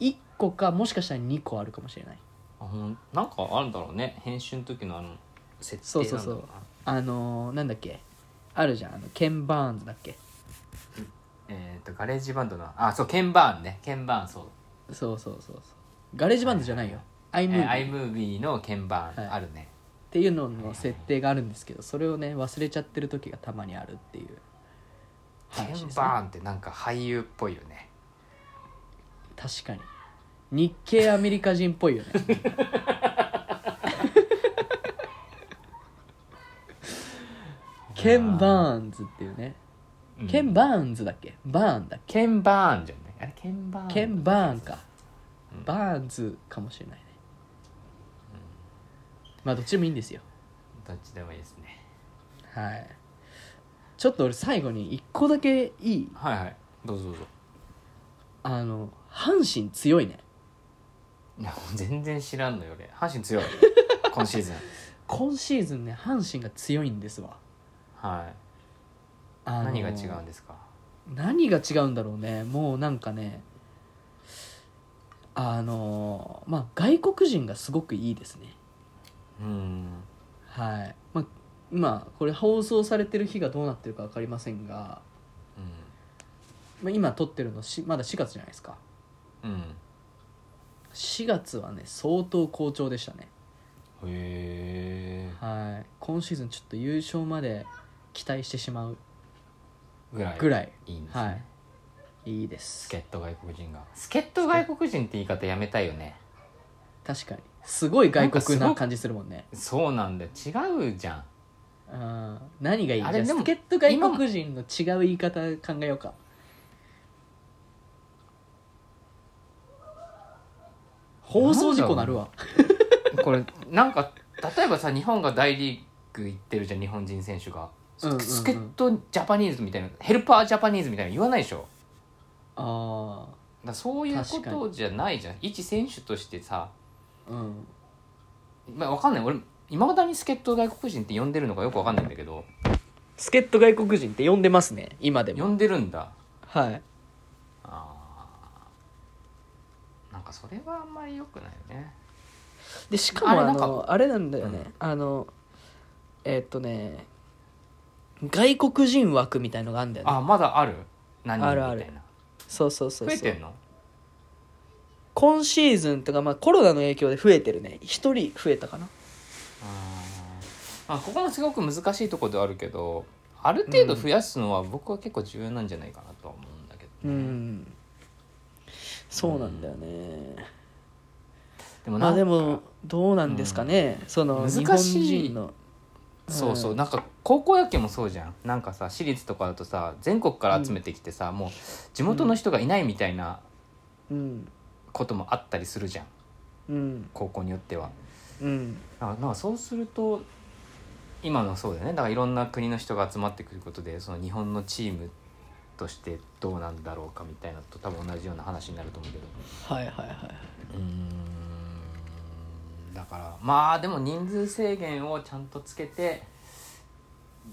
[SPEAKER 2] 1個か、もしかしたら2個あるかもしれない。
[SPEAKER 1] あほんなんかあるんだろうね編集の時のあの設
[SPEAKER 2] そう
[SPEAKER 1] 定
[SPEAKER 2] そう
[SPEAKER 1] なんだ
[SPEAKER 2] そ
[SPEAKER 1] ろう
[SPEAKER 2] う
[SPEAKER 1] な。
[SPEAKER 2] あのーなんだっけあるじゃん、あの、ケン・バーンズだっけ
[SPEAKER 1] えっ、とガレージバンドのあそう鍵盤ね鍵盤そう
[SPEAKER 2] そうそうそうそうガレージバンドじゃないよ iMovie、
[SPEAKER 1] えー iMovie の鍵盤
[SPEAKER 2] はい
[SPEAKER 1] あるね、
[SPEAKER 2] っていうのの設定があるんですけどそれをね忘れちゃってる時がたまにあるっていう
[SPEAKER 1] 鍵
[SPEAKER 2] 話です、ね、
[SPEAKER 1] 盤ってなんか俳優っぽいよね
[SPEAKER 2] 確かに日系アメリカ人っぽ *laughs* いよねケン・バーンズっていうね、ケン・バーンズだっけバーンだっけ
[SPEAKER 1] ケンバーンじゃないあれケンバーン
[SPEAKER 2] ケン・バーンか、
[SPEAKER 1] うん
[SPEAKER 2] バーンズかもしれないね、まあどっちでもいいんですよ
[SPEAKER 1] どっちでもいいですね
[SPEAKER 2] はいちょっと俺最後に1個だけいい
[SPEAKER 1] はいはいどうぞどうぞ
[SPEAKER 2] あの阪神強いね
[SPEAKER 1] いやもう全然知らんのよ俺阪神
[SPEAKER 2] *laughs*
[SPEAKER 1] 強い今シーズン
[SPEAKER 2] 今シーズンね阪神が強いんですわ、
[SPEAKER 1] はい
[SPEAKER 2] あの
[SPEAKER 1] 何が違うんですか
[SPEAKER 2] 何が違うんだろうねもうなんかねあのまあ外国人がすごくいいですね
[SPEAKER 1] うん
[SPEAKER 2] はい、まあ、今これ放送されてる日がどうなってるか分かりませんが、まあ、今撮ってるのしまだ4月じゃないですか
[SPEAKER 1] うんうん
[SPEAKER 2] 4月はね相当好調でしたね
[SPEAKER 1] へえ
[SPEAKER 2] はい、今シーズンちょっと優勝まで期待してしまう
[SPEAKER 1] ぐらい
[SPEAKER 2] ぐ
[SPEAKER 1] い
[SPEAKER 2] らい、
[SPEAKER 1] いんですね、
[SPEAKER 2] はい、いいです
[SPEAKER 1] 助っ人外国人が助っ人外国人って言い方やめたいよね
[SPEAKER 2] 確かにすごい
[SPEAKER 1] な
[SPEAKER 2] 外国
[SPEAKER 1] んか
[SPEAKER 2] な
[SPEAKER 1] すごく
[SPEAKER 2] 感じするもんね
[SPEAKER 1] そうなんだよ違うじゃん
[SPEAKER 2] うん何がいいじ
[SPEAKER 1] あ
[SPEAKER 2] ゃ
[SPEAKER 1] れ
[SPEAKER 2] あ
[SPEAKER 1] でも
[SPEAKER 2] スケット外国人の違う言い方考えようか放送事故なるわ
[SPEAKER 1] これなんか例えばさ日本が大リーグ行ってるじゃん日本人選手が、
[SPEAKER 2] うんうんうん
[SPEAKER 1] 助っ人ジャパニーズみたいなヘルパージャパニーズみたいなの言わないでしょだか
[SPEAKER 2] あ
[SPEAKER 1] らそういうこ
[SPEAKER 2] 確か
[SPEAKER 1] とじゃないじゃん一選手としてさ、
[SPEAKER 2] あうん
[SPEAKER 1] まあ、わかんない俺いまだに助っ人外国人って呼んでるのかよくわかんないんだけど
[SPEAKER 2] スケット外国人って呼んでますね今で
[SPEAKER 1] 呼んでるんだ
[SPEAKER 2] はい
[SPEAKER 1] あーなんかそれはあんまり良くないよね
[SPEAKER 2] でしか
[SPEAKER 1] あ
[SPEAKER 2] も
[SPEAKER 1] れ
[SPEAKER 2] あ
[SPEAKER 1] なんか
[SPEAKER 2] のあれなんだよね、
[SPEAKER 1] うん
[SPEAKER 2] あのえーっとね外国人枠みたいのがあるんだよね
[SPEAKER 1] あまだある何人み
[SPEAKER 2] あ
[SPEAKER 1] たい
[SPEAKER 2] る
[SPEAKER 1] な
[SPEAKER 2] あるそうそうそう
[SPEAKER 1] 増
[SPEAKER 2] そう
[SPEAKER 1] えてんの
[SPEAKER 2] 今シーズンとか、まあ、コロナの影響で増えてるね一人増えたかな
[SPEAKER 1] あーまあここもすごく難しいところではあるけどある程度増やすのは僕は結構重要なんじゃないかなとは思うんだけ
[SPEAKER 2] う
[SPEAKER 1] どね、
[SPEAKER 2] んそうなんだよね、
[SPEAKER 1] でも
[SPEAKER 2] ま
[SPEAKER 1] な
[SPEAKER 2] あ
[SPEAKER 1] んか
[SPEAKER 2] でもどうなんですかね、その日本
[SPEAKER 1] 難しい
[SPEAKER 2] 人の
[SPEAKER 1] そうそうなんか高校野球もそうじゃんなんかさ私立とかだとさ全国から集めてきてさ、もう地元の人がいないみたいな
[SPEAKER 2] うん
[SPEAKER 1] こともあったりするじゃん
[SPEAKER 2] うん
[SPEAKER 1] 高校によっては
[SPEAKER 2] うん
[SPEAKER 1] なんかなんかそうすると今のそうだよねだからいろんな国の人が集まってくることでその日本のチームとしてどうなんだろうかみたいなのと多分同じような話になると思うけど
[SPEAKER 2] はいはいはい
[SPEAKER 1] うんだからまあでも人数制限をちゃんとつけて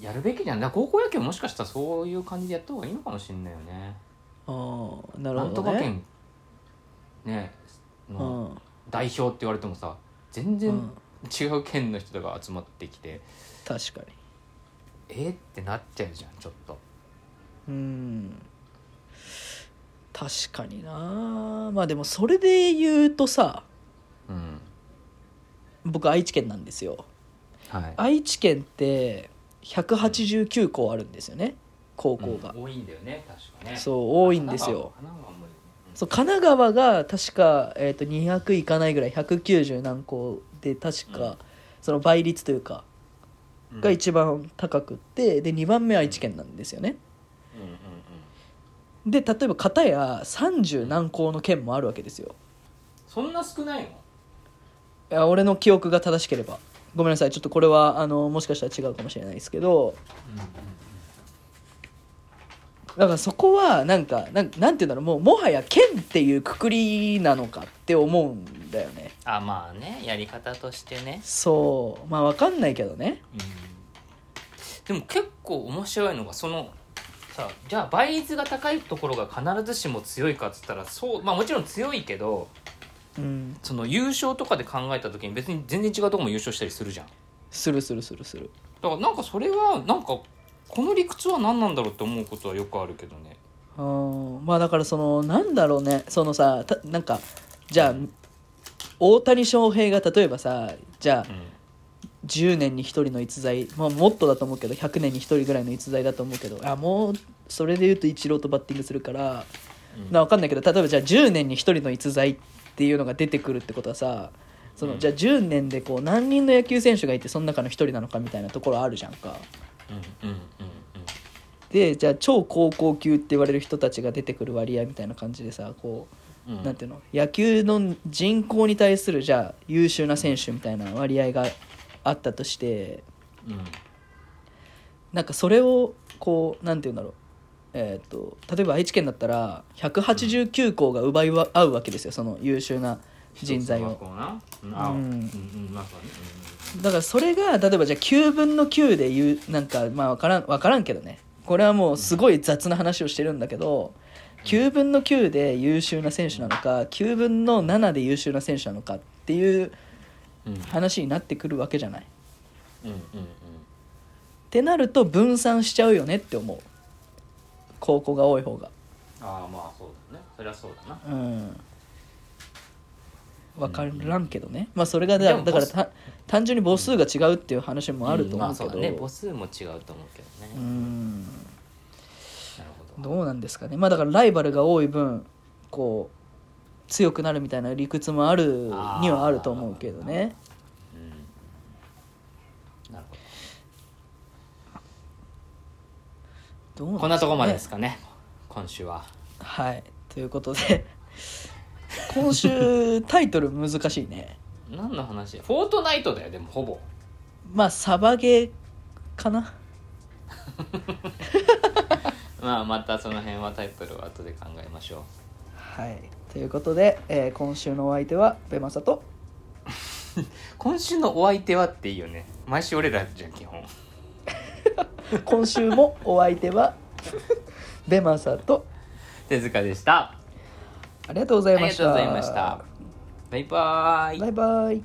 [SPEAKER 1] やるべきじゃんだから高校野球もしかしたらそういう感じでやった方がいいのかもしれないよね。
[SPEAKER 2] ああなる
[SPEAKER 1] なん
[SPEAKER 2] ほ
[SPEAKER 1] と
[SPEAKER 2] ど
[SPEAKER 1] か
[SPEAKER 2] ね
[SPEAKER 1] 県ね
[SPEAKER 2] う
[SPEAKER 1] の
[SPEAKER 2] ん
[SPEAKER 1] 代表って言われてもさ全
[SPEAKER 2] う
[SPEAKER 1] 然
[SPEAKER 2] ん
[SPEAKER 1] 違う県の人とか集まってきて、
[SPEAKER 2] 確かに
[SPEAKER 1] えーってなっちゃうじゃんちょっと
[SPEAKER 2] うん確かになまあでもそれで言うとさ
[SPEAKER 1] うん
[SPEAKER 2] 僕愛知県なんですよ
[SPEAKER 1] はい
[SPEAKER 2] 愛知県って189校あるんですよね高校が、
[SPEAKER 1] うん多いんだよね確かね
[SPEAKER 2] そう
[SPEAKER 1] う
[SPEAKER 2] 多いんですよ
[SPEAKER 1] 神奈川も多いよね
[SPEAKER 2] そう神奈川が確か、えー、と200いかないぐらい190何校で確か、
[SPEAKER 1] うん
[SPEAKER 2] その倍率というか
[SPEAKER 1] うん
[SPEAKER 2] が一番高くってで2番目愛知県なんですよね
[SPEAKER 1] うんうんうん
[SPEAKER 2] で例えば片や30何校の県もあるわけですよ
[SPEAKER 1] そんな少ないの
[SPEAKER 2] いや俺の記憶が正しければごめんなさいちょっとこれはあのもしかしたら違うかもしれないですけどだからそこはなんかなんなんて言うんだろうもうもはや県っていうくくりなのかって思うんだよね
[SPEAKER 1] あまあねやり方としてね、
[SPEAKER 2] そうまあわかんないけどね
[SPEAKER 1] でも結構面白いのがそのさじゃあ倍率が高いところが必ずしも強いかっつったらそうまあもちろん強いけど
[SPEAKER 2] うん
[SPEAKER 1] その優勝とかで考えた時に別に全然違うところも優勝したりするじゃん
[SPEAKER 2] するするするする
[SPEAKER 1] だからなんかそれはなんかこの理屈は何なんだろうって思うことはよくあるけどね
[SPEAKER 2] うんまあだからそのなんだろうねそのさたなんかじゃあ大谷翔平が例えばさじゃあ
[SPEAKER 1] う
[SPEAKER 2] 10年に1人の逸材、まあ、もっとだと思うけど100年に1人ぐらいの逸材だと思うけどあもうそれで言うとイチローとバッティングするから、
[SPEAKER 1] うん
[SPEAKER 2] な分かんないけど例えばじゃあ10年に1人の逸材っていうのが出てくるってことはさその、
[SPEAKER 1] うん
[SPEAKER 2] じゃあ10年でこう何人の野球選手がいてその中の1人なのかみたいなところあるじゃんか。
[SPEAKER 1] んうんうんうん
[SPEAKER 2] でじゃあ超高校級って言われる人たちが出てくる割合みたいな感じでさこ
[SPEAKER 1] うんう
[SPEAKER 2] う、
[SPEAKER 1] ん
[SPEAKER 2] なんていうの野球の人口に対するじゃあ優秀な選手みたいな割合があったとして。
[SPEAKER 1] うん
[SPEAKER 2] なんかそれをこうなんて言うんだろうえー、と例えば愛知県だったら189校が奪いわ合うわけですよその優秀な人材
[SPEAKER 1] 一つの学
[SPEAKER 2] を
[SPEAKER 1] 校なうんあう
[SPEAKER 2] うんん
[SPEAKER 1] うんまあそうね
[SPEAKER 2] だからそれが例えばじゃあ9分の9で言うなんかまあ分からん分からんけどねこれはもうすごい雑な話をしてるんだけど9分の9で優秀な選手なのか9分の7で優秀な選手なのかっていう
[SPEAKER 1] うんうん
[SPEAKER 2] 話になってくるわけじゃない。っ
[SPEAKER 1] うんうんうん
[SPEAKER 2] てなると分散しちゃうよねって思う高校が多い方が。
[SPEAKER 1] ああまあそうだねそりゃそうだな
[SPEAKER 2] うん分からんけどね、まあそれがだ
[SPEAKER 1] でも
[SPEAKER 2] だか
[SPEAKER 1] 母
[SPEAKER 2] ら
[SPEAKER 1] 数
[SPEAKER 2] た単純に母数が違うっていう話もあると
[SPEAKER 1] ま
[SPEAKER 2] 思
[SPEAKER 1] あ
[SPEAKER 2] うけ
[SPEAKER 1] そう
[SPEAKER 2] ど、
[SPEAKER 1] だね母数も違うと思うけどね、
[SPEAKER 2] うん
[SPEAKER 1] なるほど
[SPEAKER 2] どうなんですかねまあだからライバルが多い分こう強くなるみたいな理屈もあるにはあると思うけどね
[SPEAKER 1] うんなるほど
[SPEAKER 2] どうなんです
[SPEAKER 1] こ
[SPEAKER 2] かね
[SPEAKER 1] んなとこまでですかね今週は
[SPEAKER 2] はいということで *laughs* 今週タイトル難しいね
[SPEAKER 1] 何の話フォートナイトだよでもほぼ
[SPEAKER 2] まあサバゲーかな
[SPEAKER 1] まあまたその辺はタイトルは後で考えましょ
[SPEAKER 2] はいということで、えー今週のお相手はベマサと
[SPEAKER 1] う今週のお相手はっていいよね毎週俺らじゃん基本
[SPEAKER 2] 今週もお相手はベマサと
[SPEAKER 1] 手塚でした
[SPEAKER 2] ありがとうござい
[SPEAKER 1] あり
[SPEAKER 2] ま
[SPEAKER 1] が
[SPEAKER 2] し
[SPEAKER 1] とう
[SPEAKER 2] た
[SPEAKER 1] ございましたバイバーイ
[SPEAKER 2] バイバイ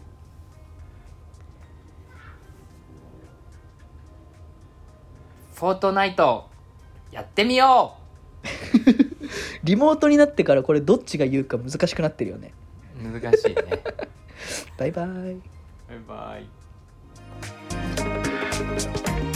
[SPEAKER 1] フォートナイトやってみよ
[SPEAKER 2] リモートになってからこれどっちが言うか難しくなってるよね
[SPEAKER 1] う難しいね *laughs*
[SPEAKER 2] バイバイ
[SPEAKER 1] バイバイ